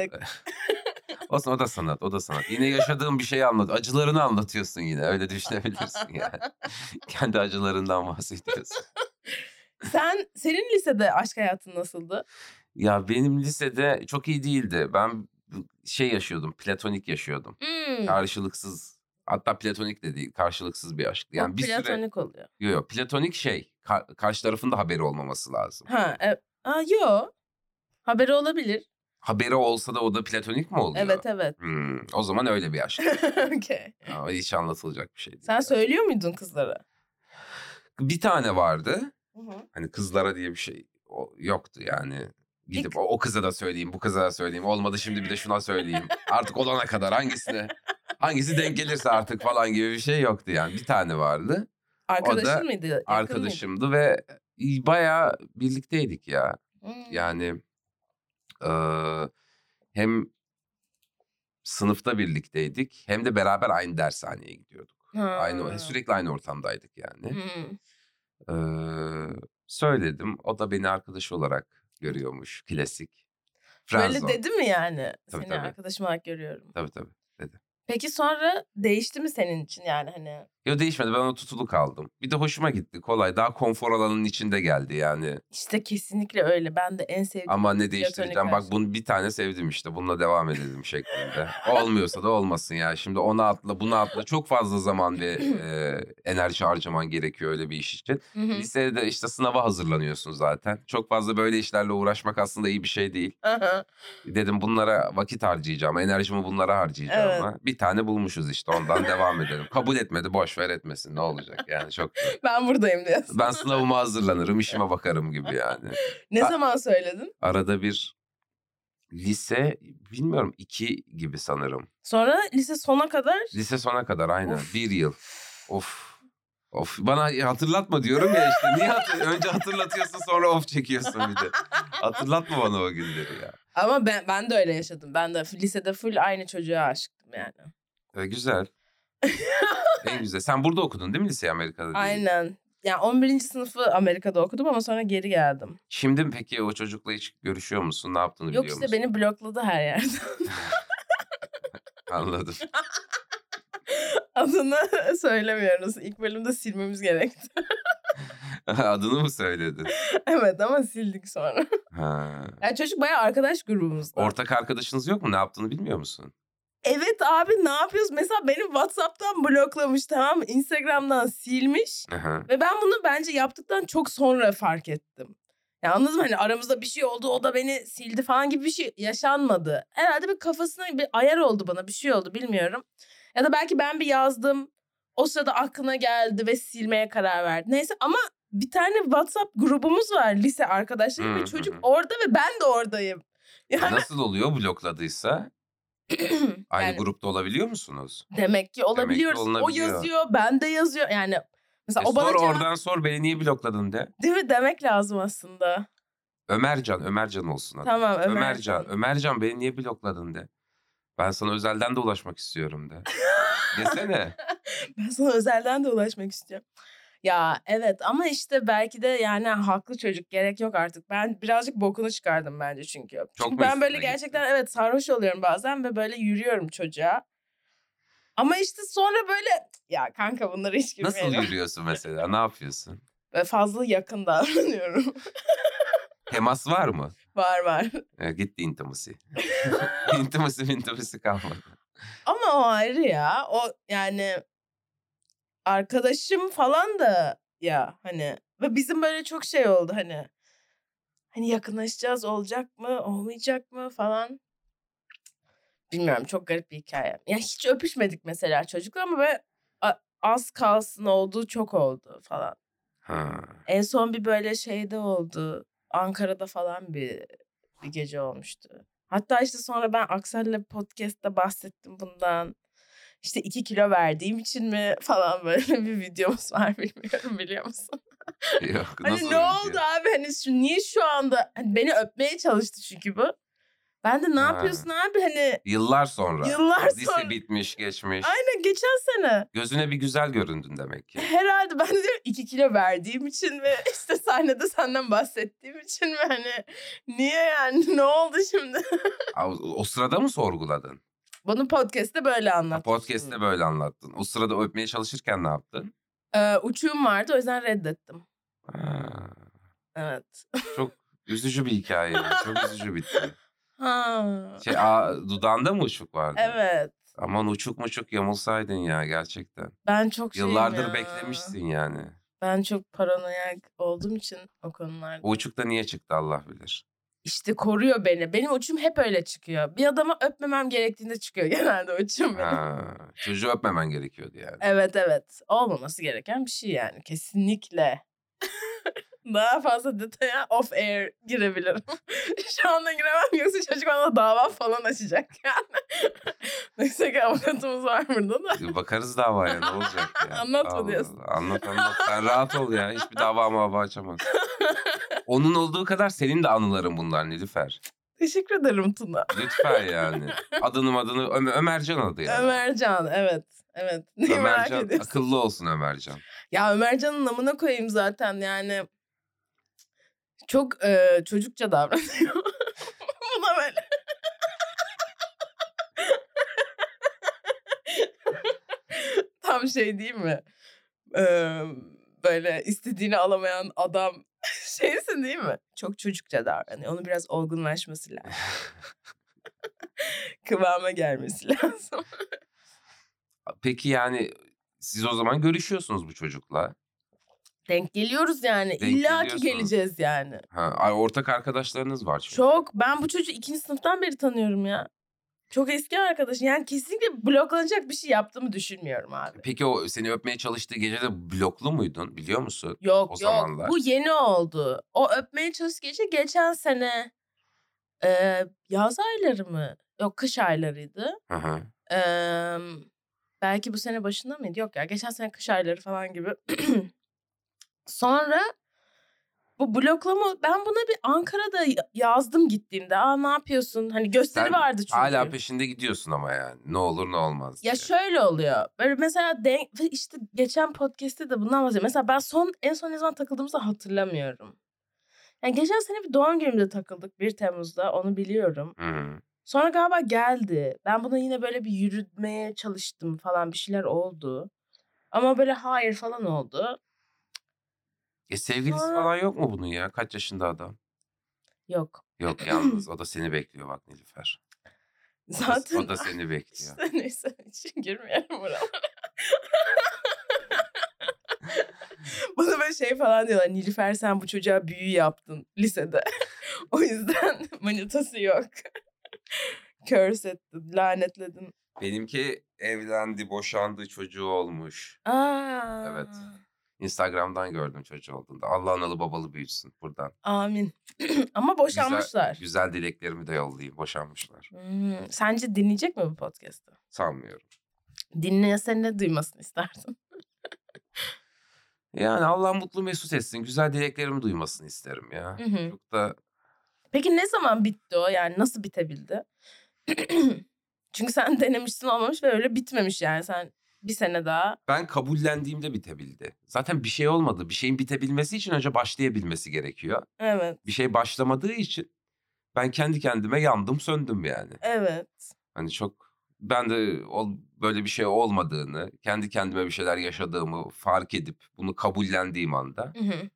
[SPEAKER 2] Olsun o da sanat, o da sanat. Yine yaşadığın bir şeyi anlat. Acılarını anlatıyorsun yine. Öyle düşünebilirsin yani. Kendi acılarından bahsediyorsun.
[SPEAKER 1] Sen senin lisede aşk hayatın nasıldı?
[SPEAKER 2] Ya benim lisede çok iyi değildi. Ben şey yaşıyordum, platonik yaşıyordum.
[SPEAKER 1] Hmm,
[SPEAKER 2] Karşılıksız. Hatta platonik de değil, karşılıksız bir aşktı. Yani
[SPEAKER 1] O
[SPEAKER 2] bir süre...
[SPEAKER 1] platonik oluyor.
[SPEAKER 2] Yok yok, platonik şey. ka- karşı tarafın da haberi olmaması lazım.
[SPEAKER 1] Ha, e, aa, yo. Haberi olabilir.
[SPEAKER 2] Haberi olsa da o da platonik mi oluyor?
[SPEAKER 1] Evet evet.
[SPEAKER 2] Hmm, o zaman öyle bir aşk.
[SPEAKER 1] Okey.
[SPEAKER 2] Ama hiç anlatılacak bir şey değil.
[SPEAKER 1] Sen söylüyor muydun kızlara?
[SPEAKER 2] Bir tane vardı. Hani kızlara diye bir şey o- yoktu yani. Gidip o, o kıza da söyleyeyim, bu kıza da söyleyeyim. Olmadı şimdi bir de şuna söyleyeyim. Artık olana kadar hangisine, hangisi denk gelirse artık falan gibi bir şey yoktu yani. Bir tane vardı.
[SPEAKER 1] Arkadaşın mıydı? Yakın mıydı?
[SPEAKER 2] Arkadaşımdı ve e, bayağı birlikteydik ya.
[SPEAKER 1] Hmm.
[SPEAKER 2] Yani eee, hem sınıfta birlikteydik hem de beraber aynı dershaneye gidiyorduk.
[SPEAKER 1] Ha.
[SPEAKER 2] Aynı hani, sürekli aynı ortamdaydık yani.
[SPEAKER 1] Hmm.
[SPEAKER 2] Eee, söyledim. O da beni arkadaş olarak görüyormuş. Klasik.
[SPEAKER 1] Böyle
[SPEAKER 2] Friendzone.
[SPEAKER 1] dedi mi yani?
[SPEAKER 2] Tabii,
[SPEAKER 1] Seni
[SPEAKER 2] tabii.
[SPEAKER 1] arkadaşım olarak görüyorum.
[SPEAKER 2] Tabii tabii.
[SPEAKER 1] Peki sonra değişti mi senin için yani hani?
[SPEAKER 2] Yo değişmedi. Ben ona tutulu kaldım. Bir de hoşuma gitti. Kolay. Daha konfor alanının içinde geldi yani.
[SPEAKER 1] İşte kesinlikle öyle. Ben de en sevdiğim.
[SPEAKER 2] Ama ne
[SPEAKER 1] Platonik
[SPEAKER 2] değiştireceğim? Bak
[SPEAKER 1] aşk.
[SPEAKER 2] bunu bir tane sevdim işte. Bununla devam edelim şeklinde. Olmuyorsa da olmasın ya. Şimdi ona atla, buna atla. Çok fazla zaman ve e, enerji harcaman gerekiyor öyle bir iş için.
[SPEAKER 1] Hı hı.
[SPEAKER 2] Lisede de işte sınava hazırlanıyorsun zaten. Çok fazla böyle işlerle uğraşmak aslında iyi bir şey değil.
[SPEAKER 1] Aha.
[SPEAKER 2] Dedim bunlara vakit harcayacağım, enerjimi bunlara harcayacağım.
[SPEAKER 1] Evet.
[SPEAKER 2] ama Bir tane bulmuşuz işte ondan devam edelim. Kabul etmedi boş ver etmesin ne olacak yani çok. da-
[SPEAKER 1] ben buradayım diyorsun.
[SPEAKER 2] Ben sınavıma hazırlanırım işime bakarım gibi yani.
[SPEAKER 1] Ne zaman söyledin?
[SPEAKER 2] Arada bir lise bilmiyorum iki gibi sanırım.
[SPEAKER 1] Sonra lise sona kadar
[SPEAKER 2] Lise sona kadar aynen
[SPEAKER 1] Of.
[SPEAKER 2] bir yıl. Of Of bana "E, hatırlatma diyorum ya işte. Niye hatır- önce hatırlatıyorsun sonra of çekiyorsun bir de. Hatırlatma bana o günleri ya.
[SPEAKER 1] Ama ben ben de öyle yaşadım. Ben de lisede full aynı çocuğa aşıktım yani.
[SPEAKER 2] E, güzel. en güzel. Sen burada okudun değil mi liseyi Amerika'da? değil?
[SPEAKER 1] Aynen. Yani 11. sınıfı Amerika'da okudum ama sonra geri geldim.
[SPEAKER 2] Şimdi mi peki o çocukla hiç görüşüyor musun? Ne yaptığını
[SPEAKER 1] Yok
[SPEAKER 2] biliyor
[SPEAKER 1] işte
[SPEAKER 2] musun?
[SPEAKER 1] beni blokladı her yerde.
[SPEAKER 2] Anladım.
[SPEAKER 1] Adını söylemiyoruz. İlk bölümde silmemiz gerekti.
[SPEAKER 2] Adını mı söyledin?
[SPEAKER 1] evet ama sildik sonra.
[SPEAKER 2] Ha.
[SPEAKER 1] Yani çocuk bayağı arkadaş grubumuzda.
[SPEAKER 2] Ortak arkadaşınız yok mu? Ne yaptığını bilmiyor musun?
[SPEAKER 1] evet abi ne yapıyoruz? Mesela beni Whatsapp'tan bloklamış tamam mı? Instagram'dan silmiş.
[SPEAKER 2] Aha.
[SPEAKER 1] Ve ben bunu bence yaptıktan çok sonra fark ettim. Ya anladın mı? Hani aramızda bir şey oldu o da beni sildi falan gibi bir şey yaşanmadı. Herhalde bir kafasına bir ayar oldu bana bir şey oldu bilmiyorum. Ya da belki ben bir yazdım. O sırada aklına geldi ve silmeye karar verdi. Neyse ama bir tane WhatsApp grubumuz var lise arkadaşları
[SPEAKER 2] Hı,
[SPEAKER 1] ve
[SPEAKER 2] hı,
[SPEAKER 1] çocuk
[SPEAKER 2] hı.
[SPEAKER 1] orada ve ben de oradayım. Yani,
[SPEAKER 2] E, Nasıl oluyor blokladıysa? Aynı
[SPEAKER 1] Yani
[SPEAKER 2] grupta olabiliyor musunuz?
[SPEAKER 1] demek ki olabiliyoruz. o
[SPEAKER 2] olunabiliyor.
[SPEAKER 1] yazıyor, ben de yazıyor. Yani mesela
[SPEAKER 2] E,
[SPEAKER 1] o bana
[SPEAKER 2] sor
[SPEAKER 1] cevap-
[SPEAKER 2] oradan sor beni niye blokladın de.
[SPEAKER 1] değil mi demek lazım aslında.
[SPEAKER 2] Ömercan, Ömercan olsun adı.
[SPEAKER 1] Tamam Ömer.
[SPEAKER 2] Ömercan, Ömercan beni niye blokladın de. Ben sana özelden de ulaşmak istiyorum de. Desene.
[SPEAKER 1] Ben sana özelden de ulaşmak istiyorum. Ya evet ama işte belki de yani haklı çocuk gerek yok artık. Ben birazcık bokunu çıkardım bence çünkü.
[SPEAKER 2] Çok mu
[SPEAKER 1] çünkü ben böyle
[SPEAKER 2] üstüne
[SPEAKER 1] gerçekten evet sarhoş oluyorum bazen ve böyle yürüyorum çocuğa. Ama işte sonra böyle ya kanka bunları hiç
[SPEAKER 2] Nasıl
[SPEAKER 1] girmeyelim.
[SPEAKER 2] yürüyorsun mesela? Ne yapıyorsun?
[SPEAKER 1] Ve fazla yakın davranıyorum.
[SPEAKER 2] Temas var mı?
[SPEAKER 1] var var.
[SPEAKER 2] E, gitti intimacy. intimacy intimacy kalmadı.
[SPEAKER 1] Ama o ayrı ya. O yani arkadaşım falan da ya hani ve bizim böyle çok şey oldu hani hani yakınlaşacağız olacak mı olmayacak mı falan. Bilmiyorum çok garip bir hikaye. Ya hiç öpüşmedik mesela çocukla ama böyle a- az kalsın olduğu çok oldu falan.
[SPEAKER 2] Ha.
[SPEAKER 1] En son bir böyle şeyde oldu. Ankara'da falan bir, bir gece olmuştu. Hatta işte sonra ben Aksel'le podcast'ta bahsettim bundan. İşte iki kilo verdiğim için mi falan böyle bir videomuz var bilmiyorum biliyor musun?
[SPEAKER 2] Yok,
[SPEAKER 1] hani
[SPEAKER 2] nasıl
[SPEAKER 1] ne
[SPEAKER 2] yürüyor?
[SPEAKER 1] oldu abi hani şu, niye şu anda hani beni öpmeye çalıştı çünkü bu. Ben de ne
[SPEAKER 2] Ha.
[SPEAKER 1] yapıyorsun abi hani
[SPEAKER 2] Yıllar sonra.
[SPEAKER 1] Yıllar
[SPEAKER 2] Lise
[SPEAKER 1] sonra.
[SPEAKER 2] bitmiş geçmiş.
[SPEAKER 1] aynen geçen sene.
[SPEAKER 2] Gözüne bir güzel göründün demek ki.
[SPEAKER 1] Herhalde ben de diyorum iki kilo verdiğim için ve işte sahnede senden bahsettiğim için mi hani niye yani ne oldu şimdi?
[SPEAKER 2] Aa, O, o sırada mı sorguladın?
[SPEAKER 1] Bunu podcast'te böyle
[SPEAKER 2] Ha,
[SPEAKER 1] anlattım.
[SPEAKER 2] Podcast'te böyle anlattın. O sırada öpmeye çalışırken ne yaptın?
[SPEAKER 1] Ee, uçuğum vardı o yüzden reddettim.
[SPEAKER 2] Ha,
[SPEAKER 1] Evet.
[SPEAKER 2] çok üzücü bir hikaye. Çok üzücü bitti.
[SPEAKER 1] Ha.
[SPEAKER 2] Şey, aa, dudağında mı uçuk vardı?
[SPEAKER 1] Evet.
[SPEAKER 2] Aman uçuk muçuk yamulsaydın ya gerçekten.
[SPEAKER 1] Ben çok şeyim
[SPEAKER 2] Yıllardır
[SPEAKER 1] ya.
[SPEAKER 2] beklemişsin yani.
[SPEAKER 1] Ben çok paranoyak olduğum için o konularda.
[SPEAKER 2] O uçuk da niye çıktı Allah bilir.
[SPEAKER 1] İşte koruyor beni. Benim uçum hep öyle çıkıyor. Bir adama öpmemem gerektiğinde çıkıyor genelde uçum benim.
[SPEAKER 2] Ha, çocuğu öpmemen gerekiyordu yani.
[SPEAKER 1] Evet evet. Olmaması gereken bir şey yani. Kesinlikle. Daha fazla detaya off air girebilirim. Şu anda giremem yoksa çocuk bana dava falan açacak yani. Neyse ki avukatımız var burada da.
[SPEAKER 2] E, Bakarız davaya ne olacak ya.
[SPEAKER 1] Anlatma
[SPEAKER 2] Allah
[SPEAKER 1] diyorsun.
[SPEAKER 2] Allah, Anlat anlat. Sen rahat ol ya. Hiçbir dava mava açamaz. Onun olduğu kadar senin de anıların bunlar Nilüfer.
[SPEAKER 1] Teşekkür ederim Tuna.
[SPEAKER 2] Lütfen yani. Adını adını Ömer, Ömercan adı yani.
[SPEAKER 1] Ömercan evet. Evet. Neyi merak
[SPEAKER 2] Ömercan,
[SPEAKER 1] ediyorsun?
[SPEAKER 2] akıllı olsun Ömercan.
[SPEAKER 1] Ya Ömercan'ın namına koyayım zaten yani. Çok e, çocukça davranıyor. Buna böyle. Tam şey değil mi? Ee, böyle istediğini alamayan adam şeysin değil mi? Çok çocukça davranıyor. Onun biraz olgunlaşması lazım. Kıvama gelmesi lazım.
[SPEAKER 2] Peki yani siz o zaman görüşüyorsunuz bu çocukla.
[SPEAKER 1] Denk geliyoruz yani.
[SPEAKER 2] Denk
[SPEAKER 1] İlla ki
[SPEAKER 2] geliyorsunuz.
[SPEAKER 1] geleceğiz yani.
[SPEAKER 2] Ha, ay, ortak arkadaşlarınız var çünkü.
[SPEAKER 1] Çok. Ben bu çocuğu ikinci sınıftan beri tanıyorum ya. Çok eski arkadaşım. Yani kesinlikle bloklanacak bir şey yaptığımı düşünmüyorum abi.
[SPEAKER 2] Peki o seni öpmeye çalıştığı gecede bloklu muydun biliyor musun?
[SPEAKER 1] Yok
[SPEAKER 2] O
[SPEAKER 1] yok.
[SPEAKER 2] zamanlar.
[SPEAKER 1] Bu yeni oldu. O öpmeye çalış gece geçen sene e, yaz ayları mı? Yok kış aylarıydı.
[SPEAKER 2] Hı hı.
[SPEAKER 1] E, Belki bu sene başında mıydı? Yok ya geçen sene kış ayları falan gibi. Sonra bu bloklama ben buna bir Ankara'da ya- yazdım gittiğimde. Aa ne yapıyorsun? Hani gösteri
[SPEAKER 2] Sen
[SPEAKER 1] vardı çünkü.
[SPEAKER 2] Hala peşinde gidiyorsun ama yani. Ne olur ne olmaz.
[SPEAKER 1] Ya
[SPEAKER 2] diye.
[SPEAKER 1] şöyle oluyor. Böyle mesela denk, işte geçen podcast'te de bundan bahsediyorum. Mesela ben son en son ne zaman takıldığımızı hatırlamıyorum. Yani geçen sene bir doğum günümde takıldık 1 Temmuz'da onu biliyorum.
[SPEAKER 2] Hı.
[SPEAKER 1] Sonra galiba geldi. Ben buna yine böyle bir yürütmeye çalıştım falan bir şeyler oldu. Ama böyle hayır falan oldu.
[SPEAKER 2] E sevgilisi
[SPEAKER 1] Sonra-
[SPEAKER 2] falan yok mu bunun ya? Kaç yaşında adam?
[SPEAKER 1] Yok.
[SPEAKER 2] Yok yalnız o da seni bekliyor bak Nilüfer. O da-
[SPEAKER 1] Zaten
[SPEAKER 2] o da seni bekliyor.
[SPEAKER 1] işte neyse için girmiyorum oralara. Bana böyle şey falan diyorlar. Nilüfer sen bu çocuğa büyü yaptın lisede. o yüzden manitası yok. Curse ettin, lanetledin.
[SPEAKER 2] Benimki evlendi, boşandı, çocuğu olmuş.
[SPEAKER 1] Aa,
[SPEAKER 2] Evet. Instagram'dan gördüm çocuğu olduğunda. Allah analı babalı büyütsün buradan.
[SPEAKER 1] Amin. Ama boşanmışlar.
[SPEAKER 2] Güzel, güzel dileklerimi de yollayayım. Boşanmışlar.
[SPEAKER 1] Hmm, sence dinleyecek mi bu podcast'ı?
[SPEAKER 2] Sanmıyorum.
[SPEAKER 1] Dinleyesen ne duymasını istersin?
[SPEAKER 2] Yani Allah mutlu mesut etsin. Güzel dileklerimi duymasını isterim ya.
[SPEAKER 1] Hı hı.
[SPEAKER 2] Çok da
[SPEAKER 1] Peki ne zaman bitti o? Yani nasıl bitebildi? Çünkü sen denemişsin olmamış ve öyle bitmemiş yani. Sen bir sene daha.
[SPEAKER 2] ben kabullendiğimde bitebildi. Zaten bir şey olmadı. Bir şeyin bitebilmesi için önce başlayabilmesi gerekiyor.
[SPEAKER 1] Evet.
[SPEAKER 2] Bir şey başlamadığı için ben kendi kendime yandım söndüm yani.
[SPEAKER 1] Evet.
[SPEAKER 2] Hani çok ben de ol, böyle bir şey olmadığını, kendi kendime bir şeyler yaşadığımı fark edip bunu kabullendiğim anda
[SPEAKER 1] Hı hı.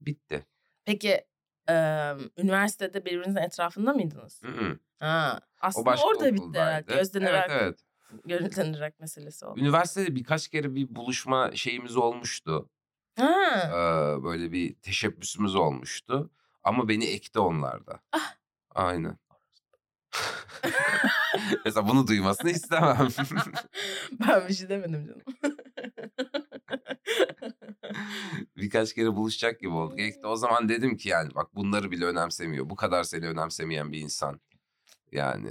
[SPEAKER 2] bitti.
[SPEAKER 1] Peki e, üniversitede birbirinizin etrafında mıydınız?
[SPEAKER 2] Hı hı.
[SPEAKER 1] Ha,
[SPEAKER 2] O
[SPEAKER 1] aslında
[SPEAKER 2] başka
[SPEAKER 1] orada bitti
[SPEAKER 2] okuldaydı.
[SPEAKER 1] herhalde. Gözlenerek,
[SPEAKER 2] Evet, evet.
[SPEAKER 1] gözlenerek meselesi oldu.
[SPEAKER 2] Üniversitede birkaç kere bir buluşma şeyimiz olmuştu. Ee,
[SPEAKER 1] Ha,
[SPEAKER 2] böyle bir teşebbüsümüz olmuştu. Ama beni ekti onlarda. Aynen. Mesela bunu duymasını istemem.
[SPEAKER 1] ben bir şey demedim canım.
[SPEAKER 2] Birkaç kere buluşacak gibi olduk. Ekti. O zaman dedim ki yani bak bunları bile önemsemiyor. Bu kadar seni önemsemeyen bir insan. Yani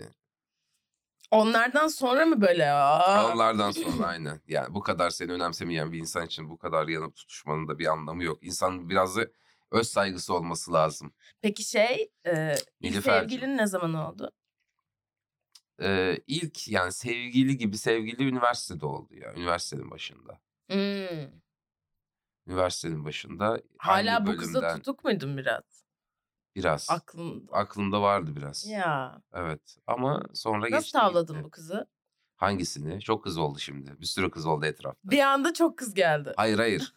[SPEAKER 1] Onlardan sonra mı böyle? Aa,
[SPEAKER 2] onlardan sonra aynen. Yani bu kadar seni önemsemeyen bir insan için bu kadar yanıp tutuşmanın da bir anlamı yok. İnsan biraz da öz saygısı olması lazım.
[SPEAKER 1] Peki şey, e, ilk
[SPEAKER 2] Nilüfer'cim.
[SPEAKER 1] sevgilin ne zaman oldu?
[SPEAKER 2] Ee, ilk yani sevgili gibi sevgili üniversitede oldu ya. Üniversitenin başında.
[SPEAKER 1] Hmm.
[SPEAKER 2] Üniversitenin başında.
[SPEAKER 1] Hala
[SPEAKER 2] hangi
[SPEAKER 1] bu kıza
[SPEAKER 2] bölümden?
[SPEAKER 1] tutuk muydun biraz?
[SPEAKER 2] Biraz.
[SPEAKER 1] Aklında.
[SPEAKER 2] Aklımda vardı biraz.
[SPEAKER 1] Ya.
[SPEAKER 2] Evet ama sonra
[SPEAKER 1] Nasıl
[SPEAKER 2] geçti gitti.
[SPEAKER 1] tavladın bu kızı?
[SPEAKER 2] Hangisini? Çok kız oldu şimdi. Bir sürü kız oldu etrafta.
[SPEAKER 1] Bir anda çok kız geldi.
[SPEAKER 2] Hayır hayır.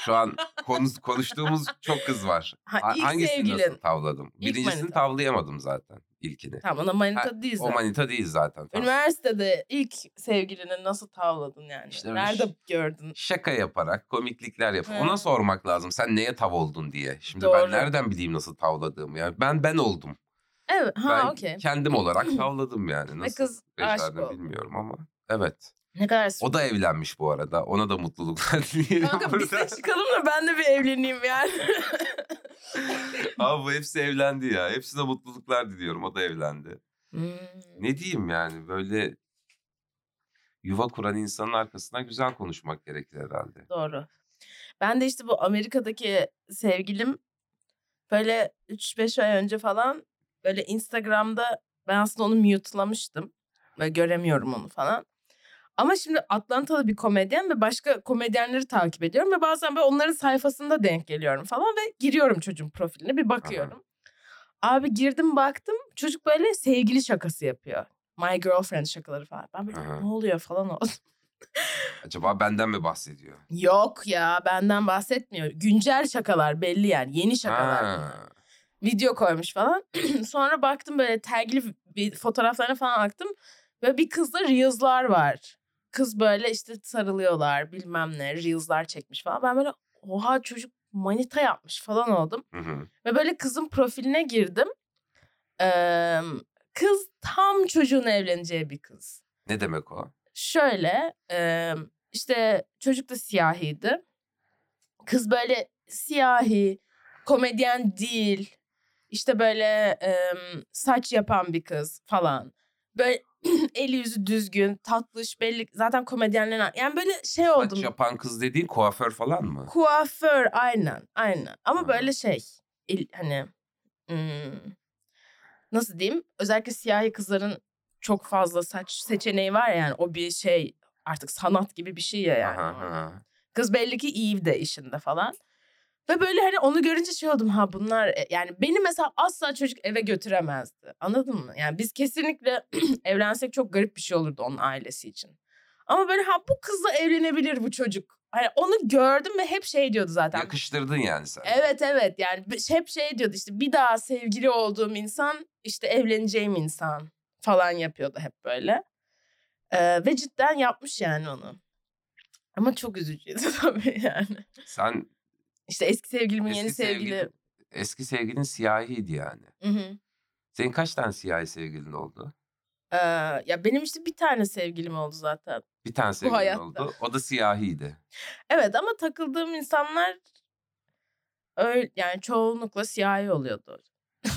[SPEAKER 2] Şu an konu- konuştuğumuz çok kız var.
[SPEAKER 1] Ha,
[SPEAKER 2] Ha-
[SPEAKER 1] ilk
[SPEAKER 2] Hangisini
[SPEAKER 1] sevgilin.
[SPEAKER 2] nasıl tavladım?
[SPEAKER 1] İlk
[SPEAKER 2] Birincisini
[SPEAKER 1] manita.
[SPEAKER 2] tavlayamadım zaten ilkini.
[SPEAKER 1] Tamam ona manita değil
[SPEAKER 2] O
[SPEAKER 1] zaten.
[SPEAKER 2] manita değil zaten. tamam.
[SPEAKER 1] Üniversitede ilk sevgilini nasıl tavladın yani?
[SPEAKER 2] İşte öyle
[SPEAKER 1] Nerede
[SPEAKER 2] şey.
[SPEAKER 1] gördün?
[SPEAKER 2] Şaka yaparak, komiklikler yapıp
[SPEAKER 1] He.
[SPEAKER 2] ona sormak lazım. Sen neye tav oldun diye. Şimdi
[SPEAKER 1] Doğru.
[SPEAKER 2] ben nereden bileyim nasıl tavladığımı ya. Ben ben oldum.
[SPEAKER 1] Evet.
[SPEAKER 2] ben
[SPEAKER 1] Ha okey.
[SPEAKER 2] kendim olarak tavladım yani. Nasıl
[SPEAKER 1] kız aşık
[SPEAKER 2] becerdim
[SPEAKER 1] oldu.
[SPEAKER 2] bilmiyorum ama. Evet.
[SPEAKER 1] Ne kadar
[SPEAKER 2] O da evlenmiş bu arada. Ona da mutluluklar dileyelim
[SPEAKER 1] Kanka biz de
[SPEAKER 2] buradan.
[SPEAKER 1] çıkalım da ben de bir evleneyim yani.
[SPEAKER 2] Abi bu hepsi evlendi ya. Hepsine mutluluklar diliyorum. O da evlendi.
[SPEAKER 1] Hmm.
[SPEAKER 2] Ne diyeyim yani böyle yuva kuran insanın arkasına güzel konuşmak gerekir herhalde.
[SPEAKER 1] Doğru. Ben de işte bu Amerika'daki sevgilim böyle 3-5 ay önce falan böyle Instagram'da ben aslında onu mute'lamıştım. Böyle göremiyorum onu falan. Ama şimdi Atlantalı bir komedyen ve başka komedyenleri takip ediyorum ve bazen böyle onların sayfasında denk geliyorum falan ve giriyorum çocuğun profiline bir bakıyorum. Abi girdim baktım çocuk böyle sevgili şakası yapıyor. My girlfriend şakaları falan. Ben böyle
[SPEAKER 2] Aha.
[SPEAKER 1] ne oluyor falan oldum.
[SPEAKER 2] Acaba benden mi bahsediyor?
[SPEAKER 1] Yok ya benden bahsetmiyor. Güncel şakalar belli yani yeni şakalar. bunlar.
[SPEAKER 2] Ha.
[SPEAKER 1] Video koymuş falan. Sonra baktım böyle tagli bir fotoğraflarına falan baktım. Böyle bir kızla reels'lar var. Kız böyle işte sarılıyorlar bilmem ne reels'lar çekmiş falan. Ben böyle oha çocuk manita yapmış falan oldum.
[SPEAKER 2] Hı hı.
[SPEAKER 1] Ve böyle kızın profiline girdim. Ee, kız tam çocuğun evleneceği bir kız
[SPEAKER 2] Ne demek o?
[SPEAKER 1] şöyle e, işte çocuk da siyahiydi. Kız böyle siyahi, komedyen değil. İşte böyle e, saç yapan bir kız falan. Böyle eli yüzü düzgün, tatlış, belli. Zaten komedyenlerin... Yani böyle şey
[SPEAKER 2] Saç
[SPEAKER 1] oldum.
[SPEAKER 2] yapan kız dediğin kuaför falan mı?
[SPEAKER 1] Kuaför aynen aynen. Ama
[SPEAKER 2] Ha.
[SPEAKER 1] böyle şey il- hani hmm, nasıl diyeyim? Özellikle siyahi kızların çok fazla saç seçeneği var ya, yani o bir şey artık sanat gibi bir şey ya yani.
[SPEAKER 2] Aha, aha.
[SPEAKER 1] Kız belli ki iyi de işinde falan. Ve böyle hani onu görünce şey oldum ha bunlar e, yani beni mesela asla çocuk eve götüremezdi. Anladın mı? Yani biz kesinlikle evlensek çok garip bir şey olurdu onun ailesi için. Ama böyle ha bu kızla evlenebilir bu çocuk. Hani onu gördüm ve hep şey diyordu zaten.
[SPEAKER 2] Yakıştırdın yani sen.
[SPEAKER 1] Evet evet yani bi- hep şey diyordu işte bir daha sevgili olduğum insan işte evleneceğim insan falan yapıyordu hep böyle. Ee, ve cidden yapmış yani onu. Ama çok üzücüydü tabii yani.
[SPEAKER 2] Sen
[SPEAKER 1] İşte eski sevgilimin
[SPEAKER 2] eski
[SPEAKER 1] yeni sevgili.
[SPEAKER 2] sevgilin, eski sevgilin siyahiydi yani.
[SPEAKER 1] Hı-hı.
[SPEAKER 2] Senin kaç tane siyahi sevgilin oldu?
[SPEAKER 1] Ee, ya benim işte bir tane sevgilim oldu zaten.
[SPEAKER 2] Bir tane sevgilin
[SPEAKER 1] hayatta.
[SPEAKER 2] oldu. O da siyahiydi.
[SPEAKER 1] Evet ama takıldığım insanlar öyle yani çoğunlukla siyahi oluyordu.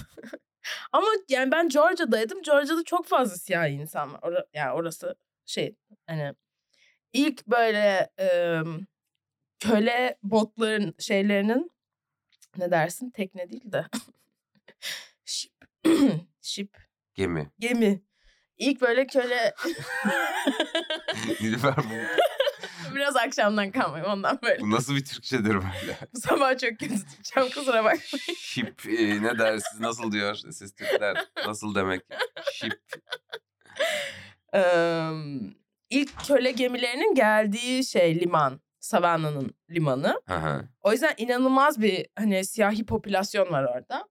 [SPEAKER 1] ama yani ben Georgia'daydım. Georgia'da çok fazla siyahi insan var. Ora- yani orası şey hani ilk böyle em, köle botların şeylerinin ne dersin tekne değil de ship ship
[SPEAKER 2] Gemi.
[SPEAKER 1] gemi İlk böyle köle
[SPEAKER 2] Nilüfer bu,
[SPEAKER 1] biraz akşamdan kalmayayım ondan böyle.
[SPEAKER 2] bu nasıl bir Türkçedir böyle?
[SPEAKER 1] Bu sabah çok kötü tutacağım kusura bak.
[SPEAKER 2] Şip e, ne dersiniz? Nasıl diyor siz Türkler? Nasıl demek? Şip.
[SPEAKER 1] Eee, ilk köle gemilerinin geldiği şey liman. Savanna'nın limanı.
[SPEAKER 2] Aha.
[SPEAKER 1] O yüzden inanılmaz bir hani siyahi popülasyon var orada.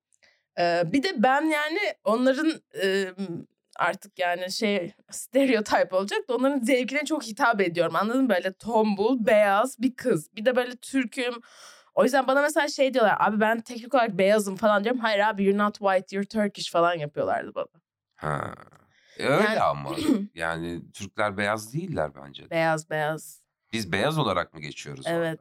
[SPEAKER 1] Eee, bir de ben yani onların eee, artık yani şey stereotip olacak da onların zevkine çok hitap ediyorum. Anladın mı? Böyle tombul, beyaz bir kız. Bir de böyle Türk'üm. O yüzden bana mesela şey diyorlar. Abi ben teknik olarak beyazım falan diyorum. Hayır abi you're not white, you're Turkish falan yapıyorlardı bana.
[SPEAKER 2] Ha. E, Öyle
[SPEAKER 1] Yani-
[SPEAKER 2] ama. Yani Türkler beyaz değiller bence. de.
[SPEAKER 1] Beyaz beyaz.
[SPEAKER 2] Biz beyaz olarak mı geçiyoruz? orada?
[SPEAKER 1] Evet.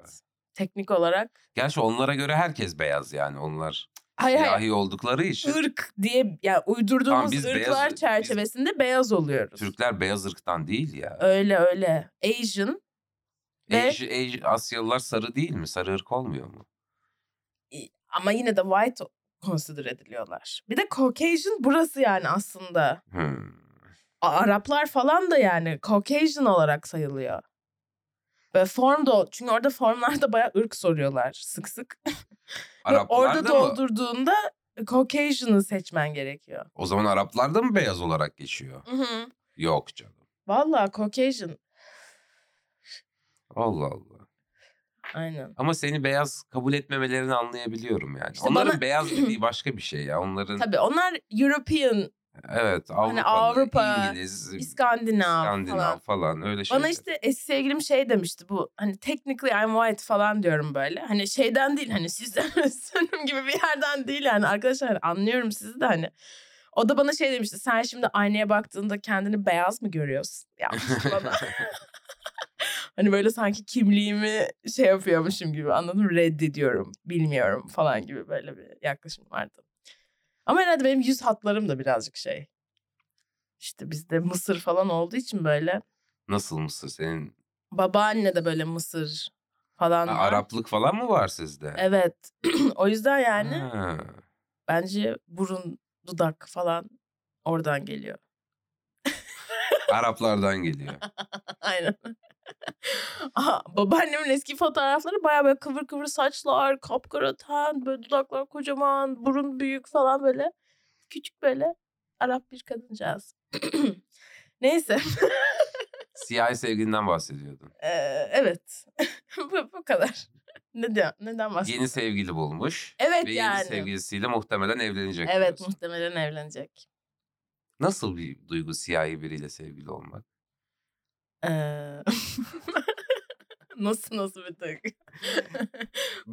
[SPEAKER 1] Teknik olarak
[SPEAKER 2] Gerçi onlara göre herkes beyaz yani. Onlar
[SPEAKER 1] E, hayır hayır
[SPEAKER 2] siyahi oldukları için
[SPEAKER 1] ırk diye yani uydurduğumuz
[SPEAKER 2] Tamam, biz
[SPEAKER 1] ırklar
[SPEAKER 2] beyaz- biz-
[SPEAKER 1] çerçevesinde beyaz oluyoruz.
[SPEAKER 2] Türkler beyaz ırktan değil ya.
[SPEAKER 1] Öyle öyle. Asian ve
[SPEAKER 2] Ej- Ej- Asyalılar sarı değil mi? Sarı ırk olmuyor mu?
[SPEAKER 1] ama yine de white consider ediliyorlar. Bir de Caucasian burası yani aslında.
[SPEAKER 2] Hmm.
[SPEAKER 1] A- Araplar falan da yani Caucasian olarak sayılıyor. Ve form da çünkü orada formlarda bayağı ırk soruyorlar sık sık. Ve
[SPEAKER 2] Araplar
[SPEAKER 1] orada
[SPEAKER 2] da mı?
[SPEAKER 1] doldurduğunda Caucasian'ı seçmen gerekiyor.
[SPEAKER 2] O zaman Araplar da mı beyaz olarak geçiyor? Yok canım.
[SPEAKER 1] Vallahi Caucasian.
[SPEAKER 2] Allah Allah.
[SPEAKER 1] Aynen.
[SPEAKER 2] Ama seni beyaz kabul etmemelerini anlayabiliyorum yani.
[SPEAKER 1] İşte
[SPEAKER 2] Onların
[SPEAKER 1] bana-
[SPEAKER 2] beyaz dediği başka bir şey ya. Onların
[SPEAKER 1] Tabii onlar European,
[SPEAKER 2] evet Avrupa,
[SPEAKER 1] Avrupa,
[SPEAKER 2] İngiliz,
[SPEAKER 1] İskandinav
[SPEAKER 2] İskandinav
[SPEAKER 1] falan.
[SPEAKER 2] falan öyle şeyler.
[SPEAKER 1] Bana işte eski sevgilim şey demişti bu hani technically I'm white falan diyorum böyle. Hani şeyden değil hani sizden özsünüm gibi bir yerden değil yani arkadaşlar anlıyorum sizi de hani. O da bana şey demişti sen şimdi aynaya baktığında kendini beyaz mı görüyorsun? Yapmıştı bana. hani böyle sanki kimliğimi şey yapıyormuşum gibi anladın mı? Reddediyorum bilmiyorum falan gibi böyle bir yaklaşım vardı. Ama herhalde benim yüz hatlarım da birazcık şey. İşte bizde Mısır falan olduğu için böyle
[SPEAKER 2] Nasıl mısın senin?
[SPEAKER 1] babaanne de böyle Mısır falan.
[SPEAKER 2] Ha,
[SPEAKER 1] var.
[SPEAKER 2] Araplık falan mı var sizde?
[SPEAKER 1] Evet. o yüzden yani
[SPEAKER 2] Ha.
[SPEAKER 1] bence burun, dudak falan oradan geliyor.
[SPEAKER 2] Araplardan geliyor.
[SPEAKER 1] Aynen. Aha, babaannemin eski fotoğrafları bayağı böyle kıvır kıvır saçlar, kapkara ten, böyle dudaklar kocaman, burun büyük falan böyle. Küçük böyle Arap bir kadıncağız. Neyse.
[SPEAKER 2] Siyahi sevgilinden bahsediyordun.
[SPEAKER 1] Ee, evet. bu, bu kadar. Ne diyor? Neden bahsediyorsun?
[SPEAKER 2] Yeni sevgili bulmuş.
[SPEAKER 1] Evet
[SPEAKER 2] Ve
[SPEAKER 1] yani.
[SPEAKER 2] yeni sevgilisiyle muhtemelen evlenecek.
[SPEAKER 1] Evet
[SPEAKER 2] diyorsun.
[SPEAKER 1] muhtemelen evlenecek.
[SPEAKER 2] Nasıl bir duygu siyahi biriyle sevgili olmak?
[SPEAKER 1] Ee, nasıl nasıl bir duygu?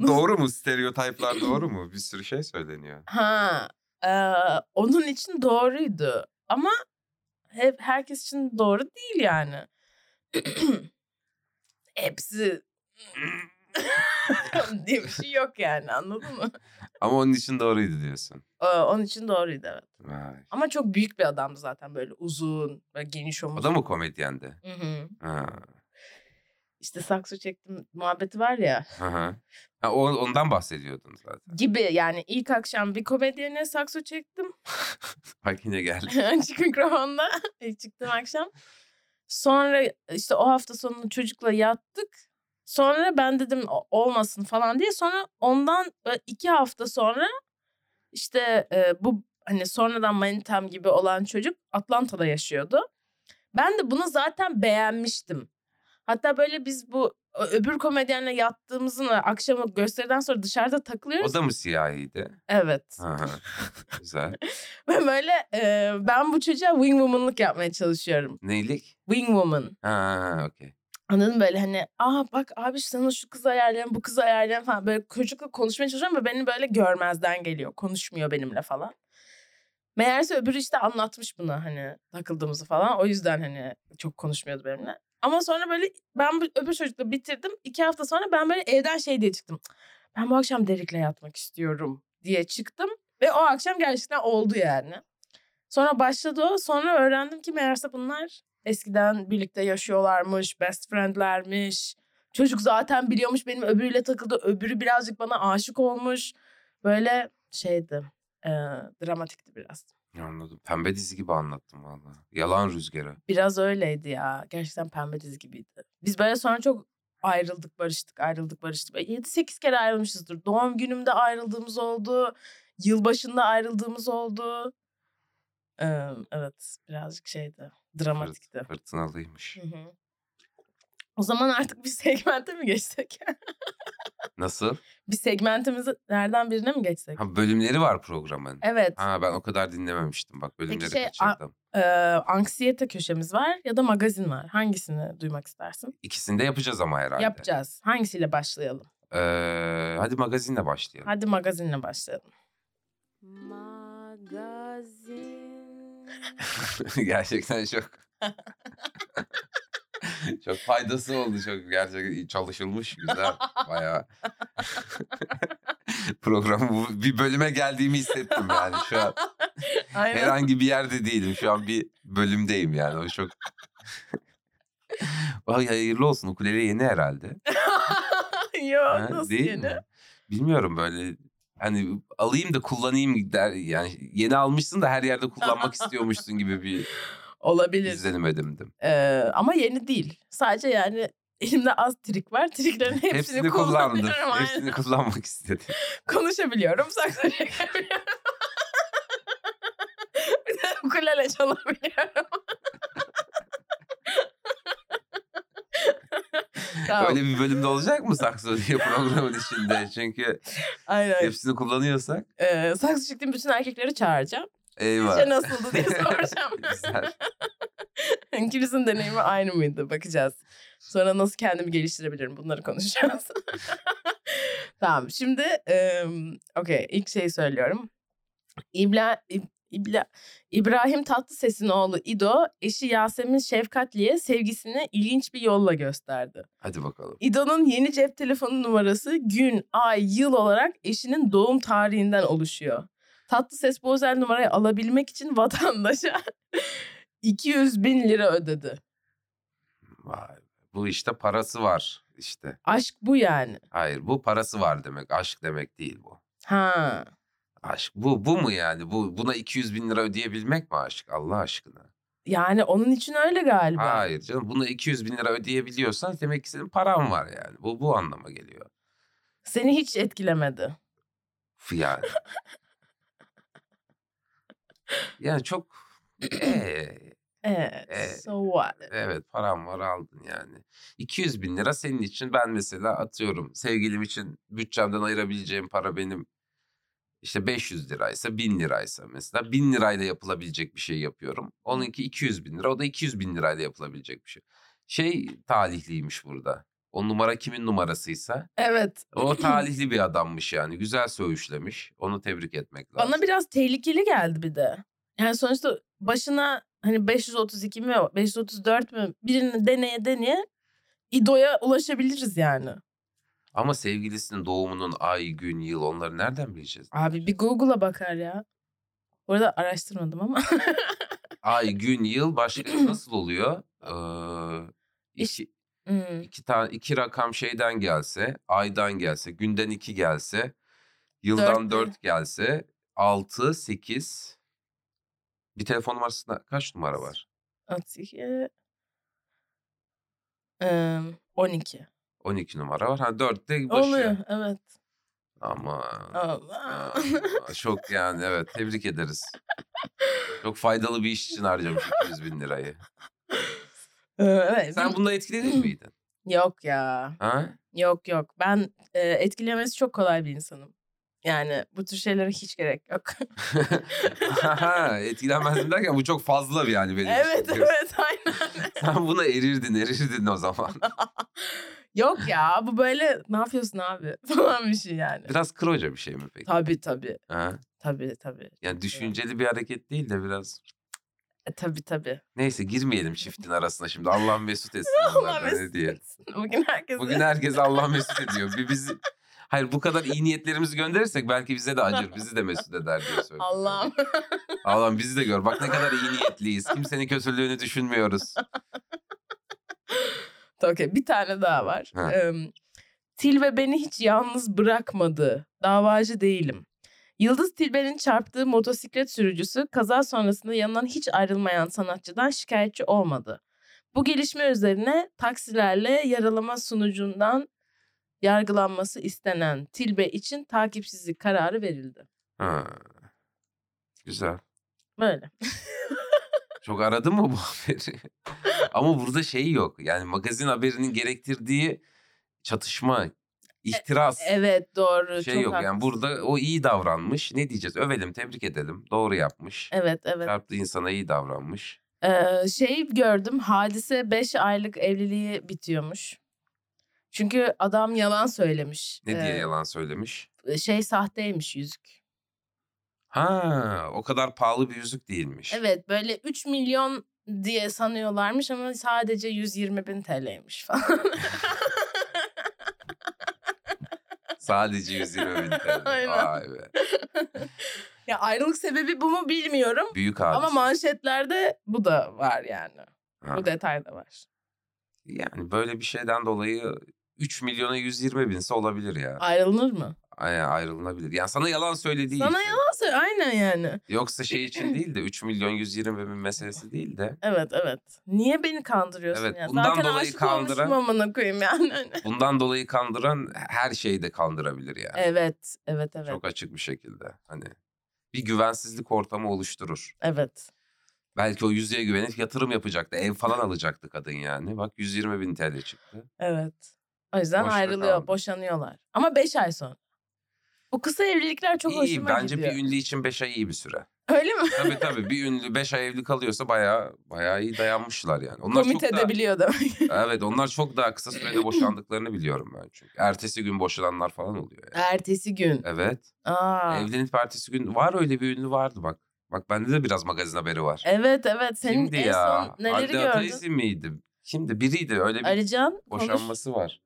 [SPEAKER 2] Doğru mu? Stereotipler doğru mu? Bir sürü şey söyleniyor.
[SPEAKER 1] ha, ee, onun için doğruydu ama hep herkes için doğru değil yani. Hepsi diye bir şey yok yani anladın mı?
[SPEAKER 2] Ama onun için doğruydu diyorsun.
[SPEAKER 1] Ee, Onun için doğruydu evet.
[SPEAKER 2] Vay.
[SPEAKER 1] Ama çok büyük bir adamdı zaten böyle uzun, böyle geniş
[SPEAKER 2] O
[SPEAKER 1] omuz.
[SPEAKER 2] da mı komedyendi?
[SPEAKER 1] Hı hı.
[SPEAKER 2] Ha.
[SPEAKER 1] İşte saksı çektim muhabbeti var ya
[SPEAKER 2] Hı hı. Ha, o- ondan bahsediyordun zaten.
[SPEAKER 1] gibi yani ilk akşam bir komedyene saksı çektim.
[SPEAKER 2] Bak yine geldi.
[SPEAKER 1] açık mikrofonda ilk çıktım akşam. Sonra işte o hafta sonu çocukla yattık. Sonra ben dedim "O- olmasın falan diye. Sonra ondan böyle iki hafta sonra işte e, bu hani sonradan manitam gibi olan çocuk Atlanta'da yaşıyordu. Ben de bunu zaten beğenmiştim. Hatta böyle biz bu ö- öbür komedyenle yattığımızın akşamı gösteriden sonra dışarıda takılıyoruz.
[SPEAKER 2] O da mı siyahiydi?
[SPEAKER 1] Evet.
[SPEAKER 2] Hı hı. Güzel.
[SPEAKER 1] Ve böyle e, ben bu çocuğa wing woman'lık yapmaya çalışıyorum.
[SPEAKER 2] Neylik?
[SPEAKER 1] Wing woman.
[SPEAKER 2] Ha, okey.
[SPEAKER 1] Anladın mı? böyle hani aa bak abi sana şu kızı ayarlayalım bu kızı ayarlayalım falan. Böyle çocukla konuşmaya çalışıyorum ve beni böyle görmezden geliyor. Konuşmuyor benimle falan. Meğerse öbürü işte anlatmış bunu hani takıldığımızı falan. O yüzden hani çok konuşmuyordu benimle. Ama sonra böyle ben bu öbür çocukla bitirdim. İki hafta sonra ben böyle evden şey diye çıktım. "Cık, Ben bu akşam Derik'le yatmak istiyorum diye çıktım. Ve o akşam gerçekten oldu yani. Sonra başladı o. Sonra öğrendim ki meğerse bunlar eskiden birlikte yaşıyorlarmış, best friendlermiş. Çocuk zaten biliyormuş benim öbürüyle takıldı. Öbürü birazcık bana aşık olmuş. Böyle şeydi. e, dramatikti biraz.
[SPEAKER 2] Anladım. Pembe dizi gibi anlattım vallahi. Yalan rüzgarı.
[SPEAKER 1] Biraz öyleydi ya. Gerçekten pembe dizi gibiydi. Biz böyle sonra çok ayrıldık, barıştık, ayrıldık, barıştık. 7-8 kere ayrılmışızdır. Doğum günümde ayrıldığımız oldu. Yılbaşında ayrıldığımız oldu. E, evet, birazcık şeydi. Dramatikti.
[SPEAKER 2] Fırt- fırtınalıymış.
[SPEAKER 1] Hı hı. O zaman artık bir segmente mi geçsek?
[SPEAKER 2] Nasıl?
[SPEAKER 1] bir segmentimizi nereden birine mi geçsek?
[SPEAKER 2] Ha, bölümleri var programın.
[SPEAKER 1] Evet.
[SPEAKER 2] Ha ben o kadar dinlememiştim. Bak bölümleri
[SPEAKER 1] şey, a-
[SPEAKER 2] kaçırdım.
[SPEAKER 1] e, anksiyete köşemiz var ya da magazin var. Hangisini duymak istersin?
[SPEAKER 2] İkisini de yapacağız ama herhalde.
[SPEAKER 1] Yapacağız. Hangisiyle başlayalım?
[SPEAKER 2] Ee, hadi magazinle başlayalım.
[SPEAKER 1] Hadi magazinle başlayalım.
[SPEAKER 3] Magazin.
[SPEAKER 2] gerçekten çok. çok faydası oldu çok gerçekten çalışılmış güzel bayağı. Program bu bir bölüme geldiğimi hissettim yani şu an
[SPEAKER 1] Aynen.
[SPEAKER 2] herhangi bir yerde değilim şu an bir bölümdeyim yani o çok. Vay hayırlı olsun ukulele yeni herhalde.
[SPEAKER 1] Yok
[SPEAKER 2] Ha,
[SPEAKER 1] nasıl
[SPEAKER 2] değil
[SPEAKER 1] yeni?
[SPEAKER 2] mi? Bilmiyorum böyle hani alayım da kullanayım der yani yeni almışsın da her yerde kullanmak istiyormuşsun gibi bir
[SPEAKER 1] Olabilir.
[SPEAKER 2] izlenim edindim.
[SPEAKER 1] E, ama yeni değil. Sadece yani elimde az trik var. Triklerin hepsini,
[SPEAKER 2] Hepsini kullandım.
[SPEAKER 1] kullanıyorum. Aynen.
[SPEAKER 2] Hepsini kullanmak istedim.
[SPEAKER 1] Konuşabiliyorum. Saksı çekebiliyorum. bir de ukulele çalabiliyorum. tamam.
[SPEAKER 2] Öyle bir bölümde olacak mı sakso diye programın içinde? Çünkü
[SPEAKER 1] Aynen.
[SPEAKER 2] hepsini kullanıyorsak
[SPEAKER 1] Ee, saksı çektiğim bütün erkekleri çağıracağım.
[SPEAKER 2] eyvah.
[SPEAKER 1] Sizce nasıldı diye soracağım.
[SPEAKER 2] Güzel.
[SPEAKER 1] İkimizin Hani deneyimi aynı mıydı? Bakacağız. Sonra nasıl kendimi geliştirebilirim bunları konuşacağız. tamam şimdi e, okey ilk şeyi söylüyorum. İbla, İb- İbla, İbrahim Tatlıses'in oğlu İdo eşi Yasemin Şefkatli'ye sevgisini ilginç bir yolla gösterdi.
[SPEAKER 2] Hadi bakalım.
[SPEAKER 1] İdo'nun yeni cep telefonu numarası gün, ay, yıl olarak eşinin doğum tarihinden oluşuyor. Tatlı ses bu özel numarayı alabilmek için vatandaşa 200 bin lira ödedi.
[SPEAKER 2] Vay. Bu işte parası var işte.
[SPEAKER 1] Aşk bu yani.
[SPEAKER 2] Hayır bu parası var demek. Aşk demek değil bu.
[SPEAKER 1] Ha.
[SPEAKER 2] Aşk bu bu mu yani? Bu buna 200 bin lira ödeyebilmek mi aşk? Allah aşkına.
[SPEAKER 1] Yani onun için öyle galiba.
[SPEAKER 2] Hayır canım buna 200 bin lira ödeyebiliyorsan demek ki senin paran var yani. Bu bu anlama geliyor.
[SPEAKER 1] Seni hiç etkilemedi.
[SPEAKER 2] F- Yani. yani çok Ee,
[SPEAKER 1] Evet.
[SPEAKER 2] Ee,
[SPEAKER 1] so what?
[SPEAKER 2] evet param var aldın yani. 200 bin lira senin için ben mesela atıyorum sevgilim için bütçemden ayırabileceğim para benim işte 500 liraysa 1000 liraysa mesela 1000 lirayla yapılabilecek bir şey yapıyorum. Onunki 200 bin lira o da 200 bin lirayla yapılabilecek bir şey. Şey talihliymiş burada. O numara kimin numarasıysa
[SPEAKER 1] Evet.
[SPEAKER 2] o talihli bir adammış yani güzel söğüşlemiş onu tebrik etmek lazım.
[SPEAKER 1] Bana biraz tehlikeli geldi bir de. Yani sonuçta başına hani 532 mi 534 mü birini deneye deneye İdo'ya ulaşabiliriz yani.
[SPEAKER 2] Ama sevgilisinin doğumunun ay, gün, yıl onları nereden bileceğiz?
[SPEAKER 1] Abi bir Google'a bakar ya. Bu arada araştırmadım ama.
[SPEAKER 2] Ay, gün, yıl başka nasıl oluyor? Ee, iki,
[SPEAKER 1] Hmm.
[SPEAKER 2] iki, tane, iki rakam şeyden gelse, aydan gelse, günden iki gelse, yıldan
[SPEAKER 1] Dört mü?
[SPEAKER 2] dört gelse, altı, sekiz. Bir telefon numarasında kaç numara var?
[SPEAKER 1] 32. Ee, 12.
[SPEAKER 2] 12 numara var. Ha 4 de başı.
[SPEAKER 1] Oluyor evet.
[SPEAKER 2] Ama
[SPEAKER 1] Allah.
[SPEAKER 2] çok yani evet tebrik ederiz. Çok faydalı bir iş için harcamış 200 bin lirayı.
[SPEAKER 1] Ee, evet.
[SPEAKER 2] Sen bundan etkilenir miydin?
[SPEAKER 1] Yok ya.
[SPEAKER 2] Ha?
[SPEAKER 1] Yok yok. Ben e, etkilemesi çok kolay bir insanım. Yani bu tür şeylere hiç gerek yok.
[SPEAKER 2] Aha, Etkilenmezdim derken bu çok fazla bir yani benim için
[SPEAKER 1] evet
[SPEAKER 2] diyorsun.
[SPEAKER 1] evet aynen.
[SPEAKER 2] Sen buna erirdin erirdin o zaman.
[SPEAKER 1] yok ya bu böyle ne yapıyorsun abi falan bir şey yani.
[SPEAKER 2] Biraz kıroca bir şey mi peki?
[SPEAKER 1] Tabii tabii.
[SPEAKER 2] Ha?
[SPEAKER 1] Tabii tabii.
[SPEAKER 2] Yani düşünceli bir hareket değil de biraz.
[SPEAKER 1] E, tabii tabii.
[SPEAKER 2] Neyse girmeyelim çiftin arasına şimdi. Allah mesut etsin.
[SPEAKER 1] Allah
[SPEAKER 2] onlardan, ne
[SPEAKER 1] mesut
[SPEAKER 2] diyelim.
[SPEAKER 1] etsin. Bugün herkese.
[SPEAKER 2] Bugün herkes Allah mesut ediyor. Bir bizi... Hayır bu kadar iyi niyetlerimizi gönderirsek belki bize de acır, bizi de mesut eder diye söylüyorum.
[SPEAKER 1] Allah'ım.
[SPEAKER 2] Allah'ım bizi de gör. Bak ne kadar iyi niyetliyiz. Kimsenin kötülüğünü düşünmüyoruz.
[SPEAKER 1] Okey bir tane daha var.
[SPEAKER 2] Ha.
[SPEAKER 1] Ee, Tilbe beni hiç yalnız bırakmadı. Davacı değilim. Yıldız Tilbe'nin çarptığı motosiklet sürücüsü kaza sonrasında yanından hiç ayrılmayan sanatçıdan şikayetçi olmadı. Bu gelişme üzerine taksilerle yaralama sunucundan yargılanması istenen Tilbe için takipsizlik kararı verildi.
[SPEAKER 2] Ha. Güzel.
[SPEAKER 1] Böyle.
[SPEAKER 2] Çok aradın mı bu haberi? Ama burada şey yok. Yani magazin haberinin gerektirdiği çatışma, ihtiras.
[SPEAKER 1] E, Evet doğru.
[SPEAKER 2] Şey
[SPEAKER 1] çok
[SPEAKER 2] yok yani
[SPEAKER 1] haklısın.
[SPEAKER 2] burada o iyi davranmış. Ne diyeceğiz? Övelim, tebrik edelim. Doğru yapmış.
[SPEAKER 1] Evet evet.
[SPEAKER 2] Çarptığı insana iyi davranmış.
[SPEAKER 1] Ee, şey gördüm hadise 5 aylık evliliği bitiyormuş. Çünkü adam yalan söylemiş.
[SPEAKER 2] Ne
[SPEAKER 1] Ee,
[SPEAKER 2] diye yalan söylemiş?
[SPEAKER 1] Şey sahteymiş yüzük.
[SPEAKER 2] Ha, o kadar pahalı bir yüzük değilmiş.
[SPEAKER 1] Evet böyle 3 milyon diye sanıyorlarmış ama sadece 120 bin TL'ymiş falan.
[SPEAKER 2] Sadece 120 bin TL.
[SPEAKER 1] Aynen.
[SPEAKER 2] Vay be.
[SPEAKER 1] ya ayrılık sebebi bu mu bilmiyorum.
[SPEAKER 2] Büyük hadise.
[SPEAKER 1] Ama manşetlerde bu da var yani.
[SPEAKER 2] Ha.
[SPEAKER 1] Bu detay da var.
[SPEAKER 2] Yani böyle bir şeyden dolayı 3 milyona 120 binse olabilir ya.
[SPEAKER 1] Ayrılır mı?
[SPEAKER 2] Ay- ayrılınabilir. Yani sana yalan söylediği
[SPEAKER 1] Sana
[SPEAKER 2] için.
[SPEAKER 1] yalan söyle. Aynen yani.
[SPEAKER 2] Yoksa şey için değil de 3 milyon 120 bin meselesi değil de.
[SPEAKER 1] Evet evet. Niye beni kandırıyorsun
[SPEAKER 2] Evet,
[SPEAKER 1] ya?
[SPEAKER 2] bundan
[SPEAKER 1] Zaten
[SPEAKER 2] dolayı
[SPEAKER 1] aşık olmuşum
[SPEAKER 2] kandıran-
[SPEAKER 1] amına koyayım yani.
[SPEAKER 2] Bundan dolayı kandıran her şeyi de kandırabilir yani.
[SPEAKER 1] Evet, evet, evet.
[SPEAKER 2] Çok açık bir şekilde. Hani bir güvensizlik ortamı oluşturur.
[SPEAKER 1] Evet.
[SPEAKER 2] Belki o yüzeye güvenip yatırım yapacaktı. Ev falan alacaktı kadın yani. Bak 120 bin TL çıktı.
[SPEAKER 1] Evet. O yüzden
[SPEAKER 2] Boşta
[SPEAKER 1] ayrılıyor,
[SPEAKER 2] kaldı.
[SPEAKER 1] boşanıyorlar. Ama 5 ay sonra. Bu kısa evlilikler çok
[SPEAKER 2] iyi
[SPEAKER 1] hoşuma
[SPEAKER 2] bence
[SPEAKER 1] gidiyor.
[SPEAKER 2] bir ünlü için 5 ay iyi bir süre.
[SPEAKER 1] Öyle mi?
[SPEAKER 2] Tabii tabii bir ünlü 5 ay evli kalıyorsa bayağı bayağı iyi dayanmışlar yani. Onlar
[SPEAKER 1] Komit
[SPEAKER 2] çok daha,
[SPEAKER 1] edebiliyor demek.
[SPEAKER 2] Evet onlar çok daha kısa sürede boşandıklarını biliyorum ben çünkü. Ertesi gün boşananlar falan oluyor yani.
[SPEAKER 1] Ertesi gün.
[SPEAKER 2] Evet.
[SPEAKER 1] Aa.
[SPEAKER 2] Evlenip ertesi gün var öyle bir ünlü vardı bak. Bak bende de biraz magazin haberi var.
[SPEAKER 1] Evet evet. E, Senin
[SPEAKER 2] Kimdi
[SPEAKER 1] en
[SPEAKER 2] ya?
[SPEAKER 1] son neleri
[SPEAKER 2] Hande
[SPEAKER 1] gördün?
[SPEAKER 2] Ataizi miydi? Kimdi? Biriydi öyle bir
[SPEAKER 1] Alican konuş.
[SPEAKER 2] boşanması var.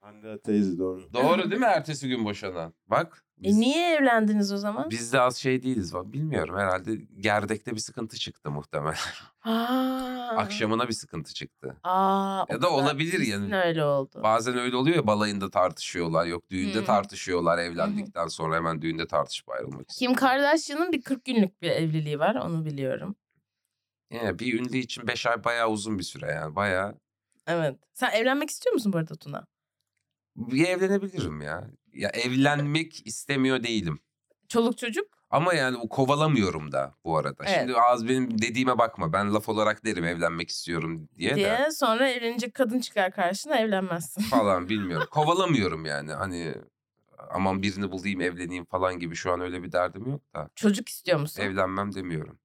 [SPEAKER 4] Hande teyze doğru.
[SPEAKER 2] Doğru değil mi ertesi gün boşanan? Bak.
[SPEAKER 1] E niye evlendiniz o zaman?
[SPEAKER 2] Biz de az şey değiliz. va- Bilmiyorum herhalde gerdekte bir sıkıntı çıktı muhtemelen.
[SPEAKER 1] Aa.
[SPEAKER 2] Akşamına bir sıkıntı çıktı.
[SPEAKER 1] Aa, o
[SPEAKER 2] Ya
[SPEAKER 1] kadar
[SPEAKER 2] da olabilir
[SPEAKER 1] kesin
[SPEAKER 2] yani.
[SPEAKER 1] Öyle oldu.
[SPEAKER 2] Bazen öyle oluyor ya balayında tartışıyorlar. Yok düğünde
[SPEAKER 1] Hı.
[SPEAKER 2] tartışıyorlar evlendikten sonra hemen düğünde tartışıp ayrılmak için.
[SPEAKER 1] Kim Kardashian'ın bir 40 günlük bir evliliği var onu biliyorum.
[SPEAKER 2] Yani bir ünlü için 5 ay bayağı uzun bir süre yani bayağı.
[SPEAKER 1] Evet. Sen evlenmek istiyor musun bu arada Tuna?
[SPEAKER 2] Bir evlenebilirim ya. Ya evlenmek istemiyor değilim.
[SPEAKER 1] Çoluk çocuk
[SPEAKER 2] Ama yani o kovalamıyorum da bu arada.
[SPEAKER 1] Evet.
[SPEAKER 2] Şimdi az benim dediğime bakma. Ben laf olarak derim evlenmek istiyorum diye, de
[SPEAKER 1] diye sonra evlenecek kadın çıkar karşına evlenmezsin.
[SPEAKER 2] falan bilmiyorum. kovalamıyorum yani hani aman birini bulayım evleneyim falan gibi şu an öyle bir derdim yok da.
[SPEAKER 1] Çocuk istiyor musun?
[SPEAKER 2] Evlenmem demiyorum.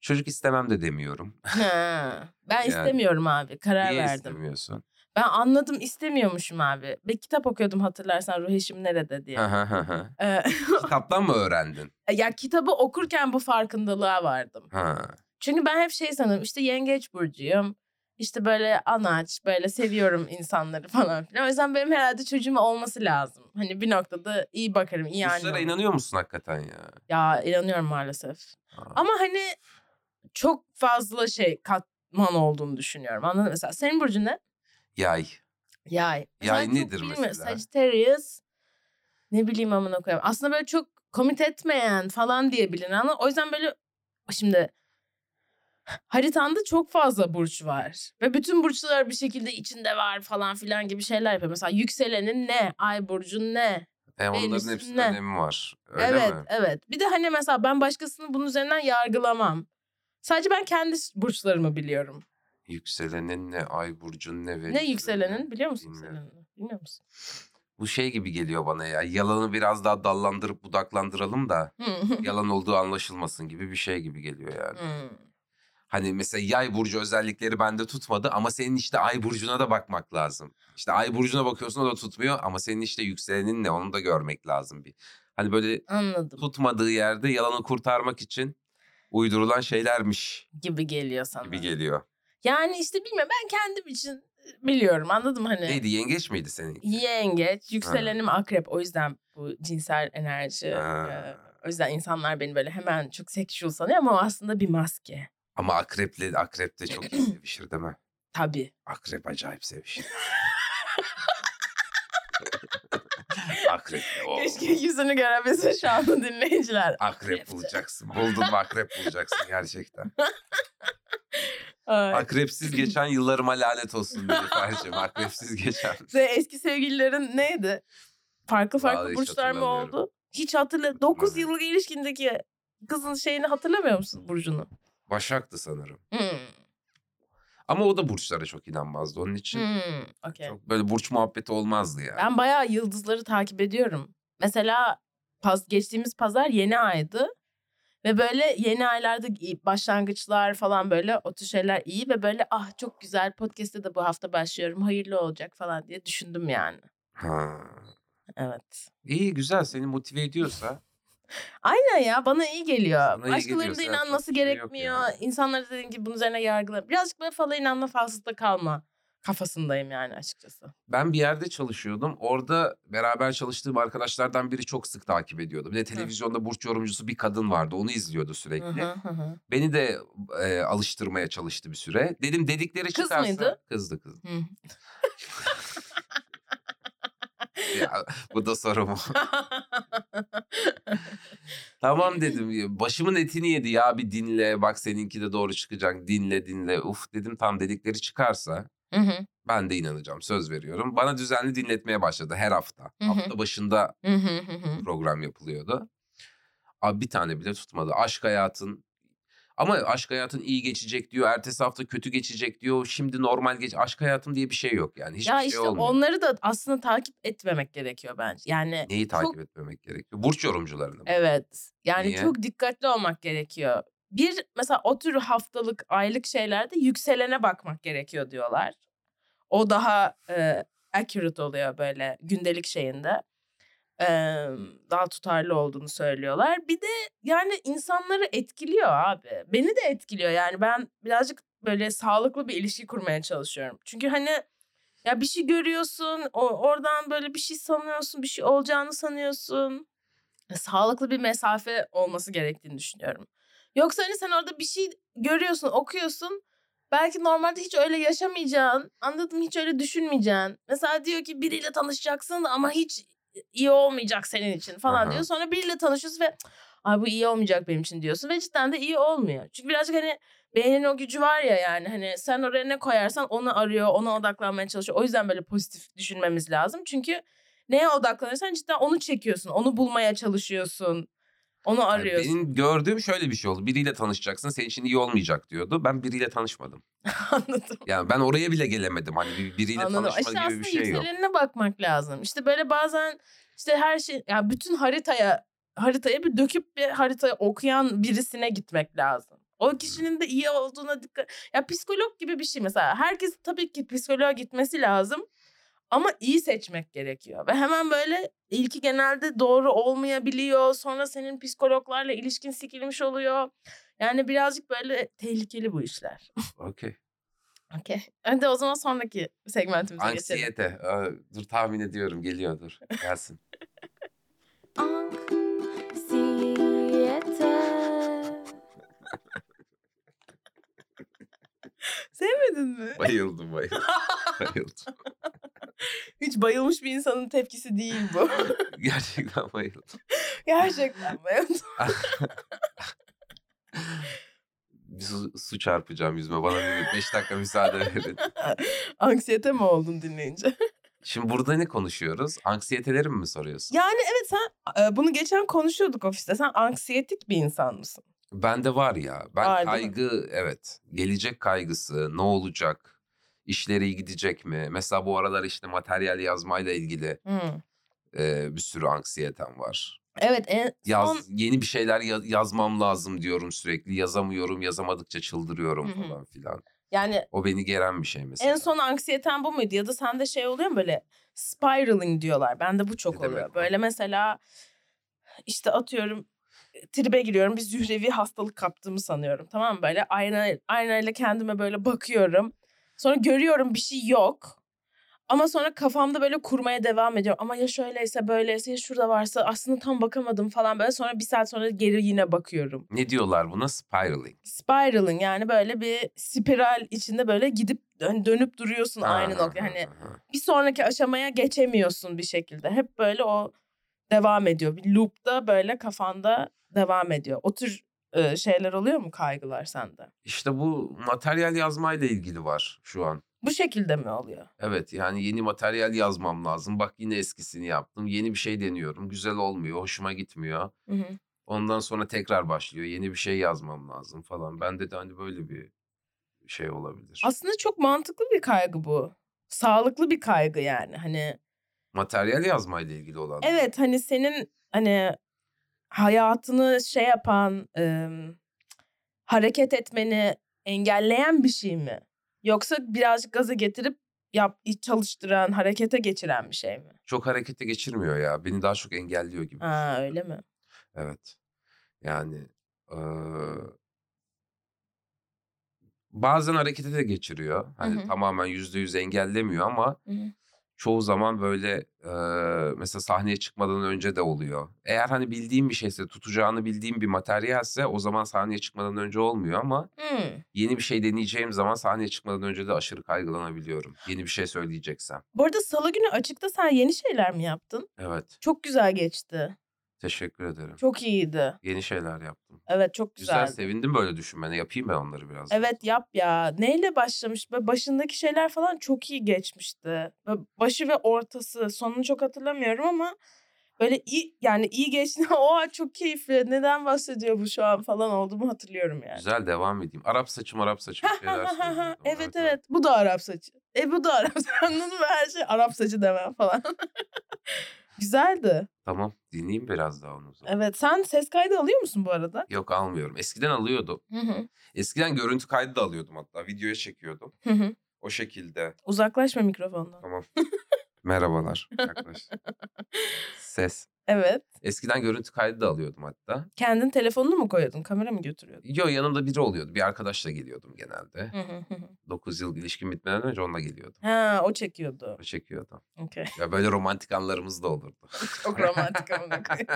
[SPEAKER 2] Çocuk istemem de demiyorum.
[SPEAKER 1] Ha, ben
[SPEAKER 2] Yani.
[SPEAKER 1] istemiyorum abi karar
[SPEAKER 2] Niye
[SPEAKER 1] verdim.
[SPEAKER 2] istemiyorsun?
[SPEAKER 1] Ben anladım istemiyormuşum abi. Bir kitap okuyordum hatırlarsan Ruh Eşim Nerede diye.
[SPEAKER 2] Hı hı hı hı.
[SPEAKER 1] Ee,
[SPEAKER 2] Kitaptan mı öğrendin?
[SPEAKER 1] ya kitabı okurken bu farkındalığa vardım.
[SPEAKER 2] Ha.
[SPEAKER 1] Çünkü ben hep şey sanırım işte yengeç burcuyum. İşte böyle anaç, böyle seviyorum insanları falan filan. O yüzden benim herhalde çocuğum olması lazım. Hani bir noktada iyi bakarım, iyi anne.
[SPEAKER 2] Burçlara
[SPEAKER 1] olurum.
[SPEAKER 2] inanıyor musun hakikaten ya?
[SPEAKER 1] Ya inanıyorum maalesef.
[SPEAKER 2] Aa.
[SPEAKER 1] Ama hani çok fazla şey katman olduğunu düşünüyorum. Anladın mı? Mesela senin burcun ne?
[SPEAKER 2] Yay.
[SPEAKER 1] Yay.
[SPEAKER 2] Yay
[SPEAKER 1] Mesela çok
[SPEAKER 2] nedir
[SPEAKER 1] bilmiyorum.
[SPEAKER 2] mesela?
[SPEAKER 1] Sagittarius. Ne bileyim amına koyayım. Aslında böyle çok komit etmeyen falan diye bilinen. O yüzden böyle şimdi haritanda çok fazla burç var. Ve bütün burçlar bir şekilde içinde var falan filan gibi şeyler yapıyor. Mesela yükselenin ne? Ay burcun ne?
[SPEAKER 2] E, onların
[SPEAKER 1] üstüne.
[SPEAKER 2] hepsinin önemi var. Öyle
[SPEAKER 1] evet,
[SPEAKER 2] mi?
[SPEAKER 1] evet. Bir de hani mesela ben başkasını bunun üzerinden yargılamam. Sadece ben kendi burçlarımı biliyorum.
[SPEAKER 2] Yükselenin ne, ay burcun ne ve...
[SPEAKER 1] Ne yükselenin biliyor musun
[SPEAKER 2] Bilmiyorum.
[SPEAKER 1] yükselenini? Bilmiyor musun?
[SPEAKER 2] Bu şey gibi geliyor bana ya. Yalanı biraz daha dallandırıp budaklandıralım da
[SPEAKER 1] Hı. Hmm,
[SPEAKER 2] yalan olduğu anlaşılmasın gibi bir şey gibi geliyor yani.
[SPEAKER 1] Hı.
[SPEAKER 2] Hani mesela yay burcu özellikleri bende tutmadı ama senin işte ay burcuna da bakmak lazım. İşte ay burcuna bakıyorsun o da tutmuyor ama senin işte yükselenin ne onu da görmek lazım bir. Hani böyle
[SPEAKER 1] Anladım.
[SPEAKER 2] tutmadığı yerde yalanı kurtarmak için uydurulan şeylermiş
[SPEAKER 1] gibi geliyor sana.
[SPEAKER 2] gibi geliyor.
[SPEAKER 1] yani işte bilmiyorum ben kendim için biliyorum anladım hani.
[SPEAKER 2] Neydi yengeç miydi senin?
[SPEAKER 1] Yengeç, yükselenim akrep o yüzden bu cinsel enerji.
[SPEAKER 2] Ha.
[SPEAKER 1] e, o yüzden insanlar beni böyle hemen çok seksüel sanıyor ama o aslında bir maske.
[SPEAKER 2] Ama akreple akrep de çok iyi sevişir değil mi?
[SPEAKER 1] Tabii.
[SPEAKER 2] Akrep acayip sevişir. akrep o.
[SPEAKER 1] Keşke yüzünü görebilse şu anda dinleyiciler.
[SPEAKER 2] Akrep bulacaksın. Buldun mu akrep bulacaksın gerçekten.
[SPEAKER 1] Ay.
[SPEAKER 2] Akrepsiz geçen yıllarıma lanet olsun Nilüfer'cim. Akrepsiz geçen.
[SPEAKER 1] Size eski sevgililerin neydi? Farklı farklı
[SPEAKER 2] Vallahi hiç
[SPEAKER 1] burçlar mı
[SPEAKER 2] hatırlamıyorum.
[SPEAKER 1] oldu? Hiç hatırla. 9
[SPEAKER 2] Hatırlamıyorum.
[SPEAKER 1] yıllık ilişkindeki kızın şeyini hatırlamıyor musun burcunu?
[SPEAKER 2] Başak'tı sanırım.
[SPEAKER 1] Hmm.
[SPEAKER 2] Ama o da burçlara çok inanmazdı. Onun için
[SPEAKER 1] Hmm. Okey.
[SPEAKER 2] çok böyle burç muhabbeti olmazdı yani.
[SPEAKER 1] Ben bayağı yıldızları takip ediyorum. Mesela pas, geçtiğimiz pazar yeni aydı. Ve böyle yeni aylarda iyi- başlangıçlar falan böyle o tür şeyler iyi. Ve böyle ah çok güzel podcast'te de bu hafta başlıyorum hayırlı olacak falan diye düşündüm yani.
[SPEAKER 2] Ha.
[SPEAKER 1] Evet.
[SPEAKER 2] İyi güzel seni motive ediyorsa.
[SPEAKER 1] Aynen ya bana iyi geliyor.
[SPEAKER 2] Sana iyi
[SPEAKER 1] Başkalarının da
[SPEAKER 2] geliyorsa yapacak
[SPEAKER 1] inanması
[SPEAKER 2] bir şey yok
[SPEAKER 1] gerekmiyor.
[SPEAKER 2] yani.
[SPEAKER 1] İnsanlara dediğim gibi bunun üzerine yargılar. Birazcık böyle fala inanma falsızda kalma kafasındayım yani açıkçası.
[SPEAKER 2] Ben bir yerde çalışıyordum. Orada beraber çalıştığım arkadaşlardan biri çok sık takip ediyordu. Bir de televizyonda burç yorumcusu bir kadın vardı. Onu izliyordu
[SPEAKER 1] Hı
[SPEAKER 2] sürekli.
[SPEAKER 1] hı hı hı.
[SPEAKER 2] Beni de e, alıştırmaya çalıştı bir süre. Dedim dedikleri
[SPEAKER 1] Kız
[SPEAKER 2] çıkarsa.
[SPEAKER 1] mıydı?
[SPEAKER 2] Kızdı kız.
[SPEAKER 1] Hı.
[SPEAKER 2] Ya, bu da soru mu? tamam dedim. Başımın etini yedi ya bir dinle. Bak seninki de doğru çıkacak. Dinle dinle. Uf dedim tam dedikleri çıkarsa
[SPEAKER 1] Hı hı,
[SPEAKER 2] ben de inanacağım. Söz veriyorum. Bana düzenli dinletmeye başladı her hafta.
[SPEAKER 1] Hı hı.
[SPEAKER 2] Hafta başında
[SPEAKER 1] hı hı, hı hı.
[SPEAKER 2] program yapılıyordu. Abi bir tane bile tutmadı. Aşk hayatın ama aşk hayatın iyi geçecek diyor. Ertesi hafta kötü geçecek diyor. Şimdi normal geç. Aşk hayatım diye bir şey yok yani. Hiçbir
[SPEAKER 1] ya
[SPEAKER 2] şey
[SPEAKER 1] işte
[SPEAKER 2] olmuyor.
[SPEAKER 1] onları da aslında takip etmemek gerekiyor bence. Yani
[SPEAKER 2] Neyi takip
[SPEAKER 1] çok-
[SPEAKER 2] etmemek gerekiyor? Burç yorumcularını. mı?
[SPEAKER 1] evet. Yani
[SPEAKER 2] Niye?
[SPEAKER 1] çok dikkatli olmak gerekiyor. Bir mesela o tür haftalık, aylık şeylerde yükselene bakmak gerekiyor diyorlar. O daha e, accurate oluyor böyle gündelik şeyinde. E, daha tutarlı olduğunu söylüyorlar. Bir de yani insanları etkiliyor abi. Beni de etkiliyor. Yani ben birazcık böyle sağlıklı bir ilişki kurmaya çalışıyorum. Çünkü hani ya bir şey görüyorsun, o, oradan böyle bir şey sanıyorsun, bir şey olacağını sanıyorsun. E, Sağlıklı bir mesafe olması gerektiğini düşünüyorum. Yoksa hani sen orada bir şey görüyorsun, okuyorsun. Belki normalde hiç öyle yaşamayacaksın. Anladın mı? Hiç öyle düşünmeyeceksin. Mesela diyor ki biriyle tanışacaksın ama hiç iyi olmayacak senin için falan
[SPEAKER 2] Aha.
[SPEAKER 1] diyor. Sonra biriyle tanışıyorsun ve ay bu iyi olmayacak benim için diyorsun ve cidden de iyi olmuyor. Çünkü birazcık hani beynin o gücü var ya yani hani sen oraya ne koyarsan onu arıyor, ona odaklanmaya çalışıyor. O yüzden böyle pozitif düşünmemiz lazım. Çünkü neye odaklanırsan cidden onu çekiyorsun, onu bulmaya çalışıyorsun, onu
[SPEAKER 2] Yani
[SPEAKER 1] arıyorsun.
[SPEAKER 2] Benim gördüğüm şöyle bir şey oldu. Biriyle tanışacaksın senin için iyi olmayak diyordu. Ben biriyle tanışmadım.
[SPEAKER 1] Anladım.
[SPEAKER 2] Yani ben oraya bile gelemedim. Hani bir- biriyle
[SPEAKER 1] Anladım.
[SPEAKER 2] tanışma
[SPEAKER 1] İşte
[SPEAKER 2] gibi
[SPEAKER 1] aslında
[SPEAKER 2] bir şey yok.
[SPEAKER 1] yükselenine bakmak lazım. İşte böyle bazen işte her şey ya bütün haritaya haritaya bir döküp bir haritayı okuyan birisine gitmek lazım. O kişinin de iyi olduğuna dikkat. Ya psikolog gibi bir şey mesela. Herkes tabii ki psikoloğa gitmesi lazım. Ama iyi seçmek gerekiyor. Ve hemen böyle ilki genelde doğru olmayabiliyor. Sonra senin psikologlarla ilişkin sikilmiş oluyor. Yani birazcık böyle tehlikeli bu işler.
[SPEAKER 2] Okey.
[SPEAKER 1] Okey. Hadi o zaman sonraki segmentimize geçelim.
[SPEAKER 2] Anksiyete. Ee, Dur tahmin ediyorum geliyordur. Gelsin.
[SPEAKER 3] Anksiyete.
[SPEAKER 1] Sevmedin mi?
[SPEAKER 2] Bayıldım bayıldım. bayıldım.
[SPEAKER 1] Hiç bayılmış bir insanın tepkisi değil bu.
[SPEAKER 2] Gerçekten bayıldım.
[SPEAKER 1] Gerçekten bayıldım.
[SPEAKER 2] Bir su, su çarpacağım yüzüme. Bana bir 5 dakika müsaade verin.
[SPEAKER 1] Anksiyete mi oldun dinleyince?
[SPEAKER 2] Şimdi burada ne konuşuyoruz? Anksiyeteleri mi soruyorsun?
[SPEAKER 1] Yani evet sen e, bunu geçen konuşuyorduk ofiste. Sen anksiyetik bir insan mısın?
[SPEAKER 2] Bende var ya. Ben
[SPEAKER 1] Var, değil mi?
[SPEAKER 2] kaygı evet. Gelecek kaygısı, ne olacak? İşleri iyi gidecek mi? Mesela bu aralar işte materyal yazmayla ilgili e, bir sürü anksiyetem var.
[SPEAKER 1] Evet en
[SPEAKER 2] Yaz,
[SPEAKER 1] son
[SPEAKER 2] yeni bir şeyler ya- yazmam lazım diyorum sürekli. Yazamıyorum, yazamadıkça çıldırıyorum
[SPEAKER 1] Hı hı.
[SPEAKER 2] falan filan.
[SPEAKER 1] yani
[SPEAKER 2] O beni geren bir şey mesela.
[SPEAKER 1] en son anksiyeten bu muydu ya da sende şey oluyor mu böyle spiraling diyorlar. Bende bu çok
[SPEAKER 2] Ne demek
[SPEAKER 1] oluyor.
[SPEAKER 2] bu?
[SPEAKER 1] Böyle mesela işte atıyorum tribe giriyorum bir zührevi hastalık kaptığımı sanıyorum. Tamam mı? Böyle ayna, aynayla kendime böyle bakıyorum. Sonra görüyorum bir şey yok. Ama sonra kafamda böyle kurmaya devam ediyorum. Ama ya şöyleyse böyleyse ya şurada varsa aslında tam bakamadım falan böyle. Sonra bir saat sonra geri yine bakıyorum.
[SPEAKER 2] Ne diyorlar buna? Spiraling.
[SPEAKER 1] spiral'ın yani böyle bir spiral içinde böyle gidip dön- dönüp duruyorsun aynı
[SPEAKER 2] Ha,
[SPEAKER 1] nokta. Hani
[SPEAKER 2] ha, ha.
[SPEAKER 1] bir sonraki aşamaya geçemiyorsun bir şekilde. Hep böyle o devam ediyor. Bir loop'ta böyle kafanda devam ediyor. O tür e, şeyler oluyor mu kaygılar sende?
[SPEAKER 2] İşte bu materyal yazmayla ilgili var şu an.
[SPEAKER 1] Bu şekilde mi oluyor?
[SPEAKER 2] Evet yani yeni materyal yazmam lazım. Bak yine eskisini yaptım. Yeni bir şey deniyorum. Güzel olmuyor. Hoşuma gitmiyor.
[SPEAKER 1] Hı hı.
[SPEAKER 2] Ondan sonra tekrar başlıyor. Yeni bir şey yazmam lazım falan. Bende de hani böyle bir şey olabilir.
[SPEAKER 1] Aslında çok mantıklı bir kaygı bu. Sağlıklı bir kaygı yani. Hani
[SPEAKER 2] materyal yazmayla ilgili olan.
[SPEAKER 1] evet hani senin hani hayatını şey yapan ım, hareket etmeni engelleyen bir şey mi? Yoksa birazcık gaza getirip yap çalıştıran, harekete geçiren bir şey mi?
[SPEAKER 2] Çok harekete geçirmiyor ya. Beni daha çok engelliyor gibi.
[SPEAKER 1] Ha öyle mi?
[SPEAKER 2] Evet. Yani eee, bazen harekete de geçiriyor. Hani
[SPEAKER 1] hı.
[SPEAKER 2] tamamen yüzde yüz engellemiyor ama
[SPEAKER 1] Hı hı.
[SPEAKER 2] çoğu zaman böyle eee, mesela sahneye çıkmadan önce de oluyor. Eğer hani bildiğim bir şeyse tutacağını bildiğim bir materyalse o zaman sahneye çıkmadan önce olmuyor ama
[SPEAKER 1] Hmm.
[SPEAKER 2] yeni bir şey deneyeceğim zaman sahneye çıkmadan önce de aşırı kaygılanabiliyorum. Yeni bir şey söyleyeceksem.
[SPEAKER 1] Bu arada salı günü açıkta sen yeni şeyler mi yaptın?
[SPEAKER 2] Evet.
[SPEAKER 1] Çok güzel geçti.
[SPEAKER 2] Teşekkür ederim.
[SPEAKER 1] Çok iyiydi.
[SPEAKER 2] Yeni şeyler yaptım.
[SPEAKER 1] Evet çok
[SPEAKER 2] Güzel,
[SPEAKER 1] güzeldi.
[SPEAKER 2] sevindim böyle düşünmene. Yapayım ben onları biraz.
[SPEAKER 1] Evet yap ya. Neyle başlamış? Böyle başındaki şeyler falan çok iyi geçmişti. Böyle Başı ve ortası. Sonunu çok hatırlamıyorum ama böyle iyi yani iyi geçti. Oha çok keyifli. Neden bahsediyor bu şu an falan olduğumu hatırlıyorum yani.
[SPEAKER 2] Güzel devam edeyim. Arap saçım Arap saçım bir şeyler söylüyordum.
[SPEAKER 1] evet evet. Bu da Arap saçı. E bu da Arap saçı. Anladın mı? Her şey Arap saçı demem falan. Güzeldi.
[SPEAKER 2] Tamam dinleyeyim biraz daha onu. o zaman.
[SPEAKER 1] Evet. Sen ses kaydı alıyor musun bu arada?
[SPEAKER 2] Yok almıyorum. Eskiden alıyordum.
[SPEAKER 1] Hı hı.
[SPEAKER 2] Eskiden görüntü kaydı da alıyordum hatta. Videoya çekiyordum.
[SPEAKER 1] Hı hı.
[SPEAKER 2] O şekilde.
[SPEAKER 1] Uzaklaşma mikrofondan.
[SPEAKER 2] Tamam. Merhabalar. Yaklaş. Ses.
[SPEAKER 1] Evet.
[SPEAKER 2] Eskiden görüntü kaydı da alıyordum hatta.
[SPEAKER 1] Kendin telefonunu mu koyuyordun? Kamera mı götürüyordun?
[SPEAKER 2] Yo yanımda biri oluyordu. Bir arkadaşla geliyordum genelde.
[SPEAKER 1] Hı hı hı. hı.
[SPEAKER 2] 9 yıl ilişkin bitmeden önce onunla geliyordum.
[SPEAKER 1] Ha o çekiyordu.
[SPEAKER 2] O çekiyordu.
[SPEAKER 1] Okey.
[SPEAKER 2] Ya böyle romantik anlarımız da olurdu.
[SPEAKER 1] Çok romantik amına koyayım.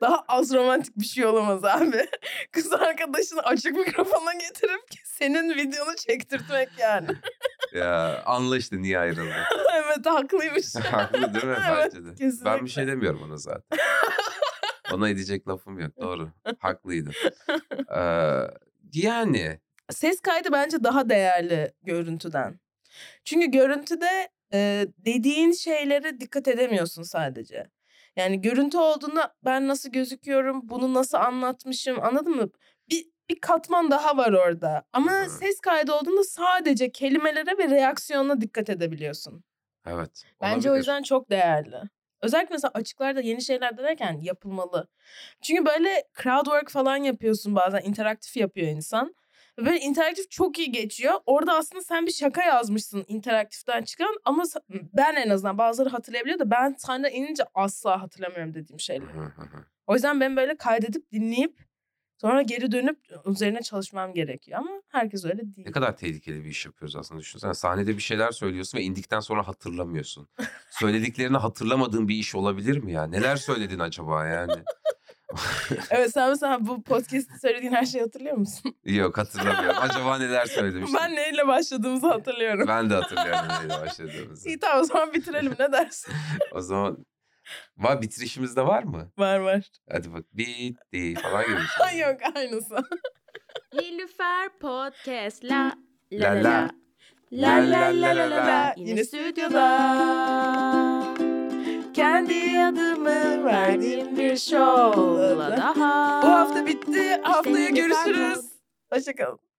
[SPEAKER 1] Daha az romantik bir şey olamaz abi. Kız arkadaşını açık mikrofona getirip ki senin videonu çektirtmek yani.
[SPEAKER 2] ya anla işte niye ayrıldık.
[SPEAKER 1] evet haklıymış.
[SPEAKER 2] Haklı değil mi?
[SPEAKER 1] Evet,
[SPEAKER 2] Bence de. Ben
[SPEAKER 1] kesinlikle.
[SPEAKER 2] bir şey demiyorum ona zaten. ona edecek lafım yok. Doğru. Haklıydın. Ee, yani
[SPEAKER 1] Ses kaydı bence daha değerli görüntüden. Çünkü görüntüde e, dediğin şeylere dikkat edemiyorsun sadece. Yani görüntü olduğunda ben nasıl gözüküyorum, bunu nasıl anlatmışım anladın mı? Bir, bir katman daha var orada. Ama
[SPEAKER 2] Hı hı.
[SPEAKER 1] ses kaydı olduğunda sadece kelimelere ve reaksiyona dikkat edebiliyorsun.
[SPEAKER 2] evet.
[SPEAKER 1] Bence o
[SPEAKER 2] olabilir.
[SPEAKER 1] yüzden çok değerli. Özellikle mesela açıklarda yeni şeyler denerken yapılmalı. Çünkü böyle crowd work falan yapıyorsun bazen interaktif yapıyor insan. Ve Böyle interaktif çok iyi geçiyor. Orada aslında sen bir şaka yazmışsın interaktiften çıkan ama sa- ben en azından bazıları hatırlayabiliyor da ben sahneye inince asla hatırlamıyorum dediğim şeyleri.
[SPEAKER 2] Hı hı hı.
[SPEAKER 1] O yüzden ben böyle kaydedip dinleyip Sonra geri dönüp üzerine çalışmam gerekiyor ama herkes öyle değil.
[SPEAKER 2] Ne kadar tehlikeli bir iş yapıyoruz aslında düşünsene. Sahnede bir şeyler söylüyorsun ve indikten sonra hatırlamıyorsun. Söylediklerini hatırlamadığın bir iş olabilir mi ya? Neler söyledin acaba yani?
[SPEAKER 1] Evet sen mesela bu podcast'te söylediğin her şeyi hatırlıyor musun?
[SPEAKER 2] Yok hatırlamıyorum. Acaba neler söylemiştim?
[SPEAKER 1] ben neyle başladığımızı hatırlıyorum.
[SPEAKER 2] Ben de hatırlıyorum neyle başladığımızı.
[SPEAKER 1] İyi tamam o zaman bitirelim ne dersin?
[SPEAKER 2] O zaman var bitirişimiz de var mı?
[SPEAKER 1] var var.
[SPEAKER 2] Hadi bak bitti falan gibi. bir
[SPEAKER 1] Ay
[SPEAKER 2] şey.
[SPEAKER 1] yok aynısı.
[SPEAKER 3] Nilüfer Podcast la
[SPEAKER 2] La la.
[SPEAKER 3] La la la la la la
[SPEAKER 1] Yine stüdyoda Kendi adımı verdiğim bir şovla
[SPEAKER 3] daha
[SPEAKER 1] Bu hafta bitti. Haftaya
[SPEAKER 3] Nilüfer
[SPEAKER 1] görüşürüz. Hoşçakalın.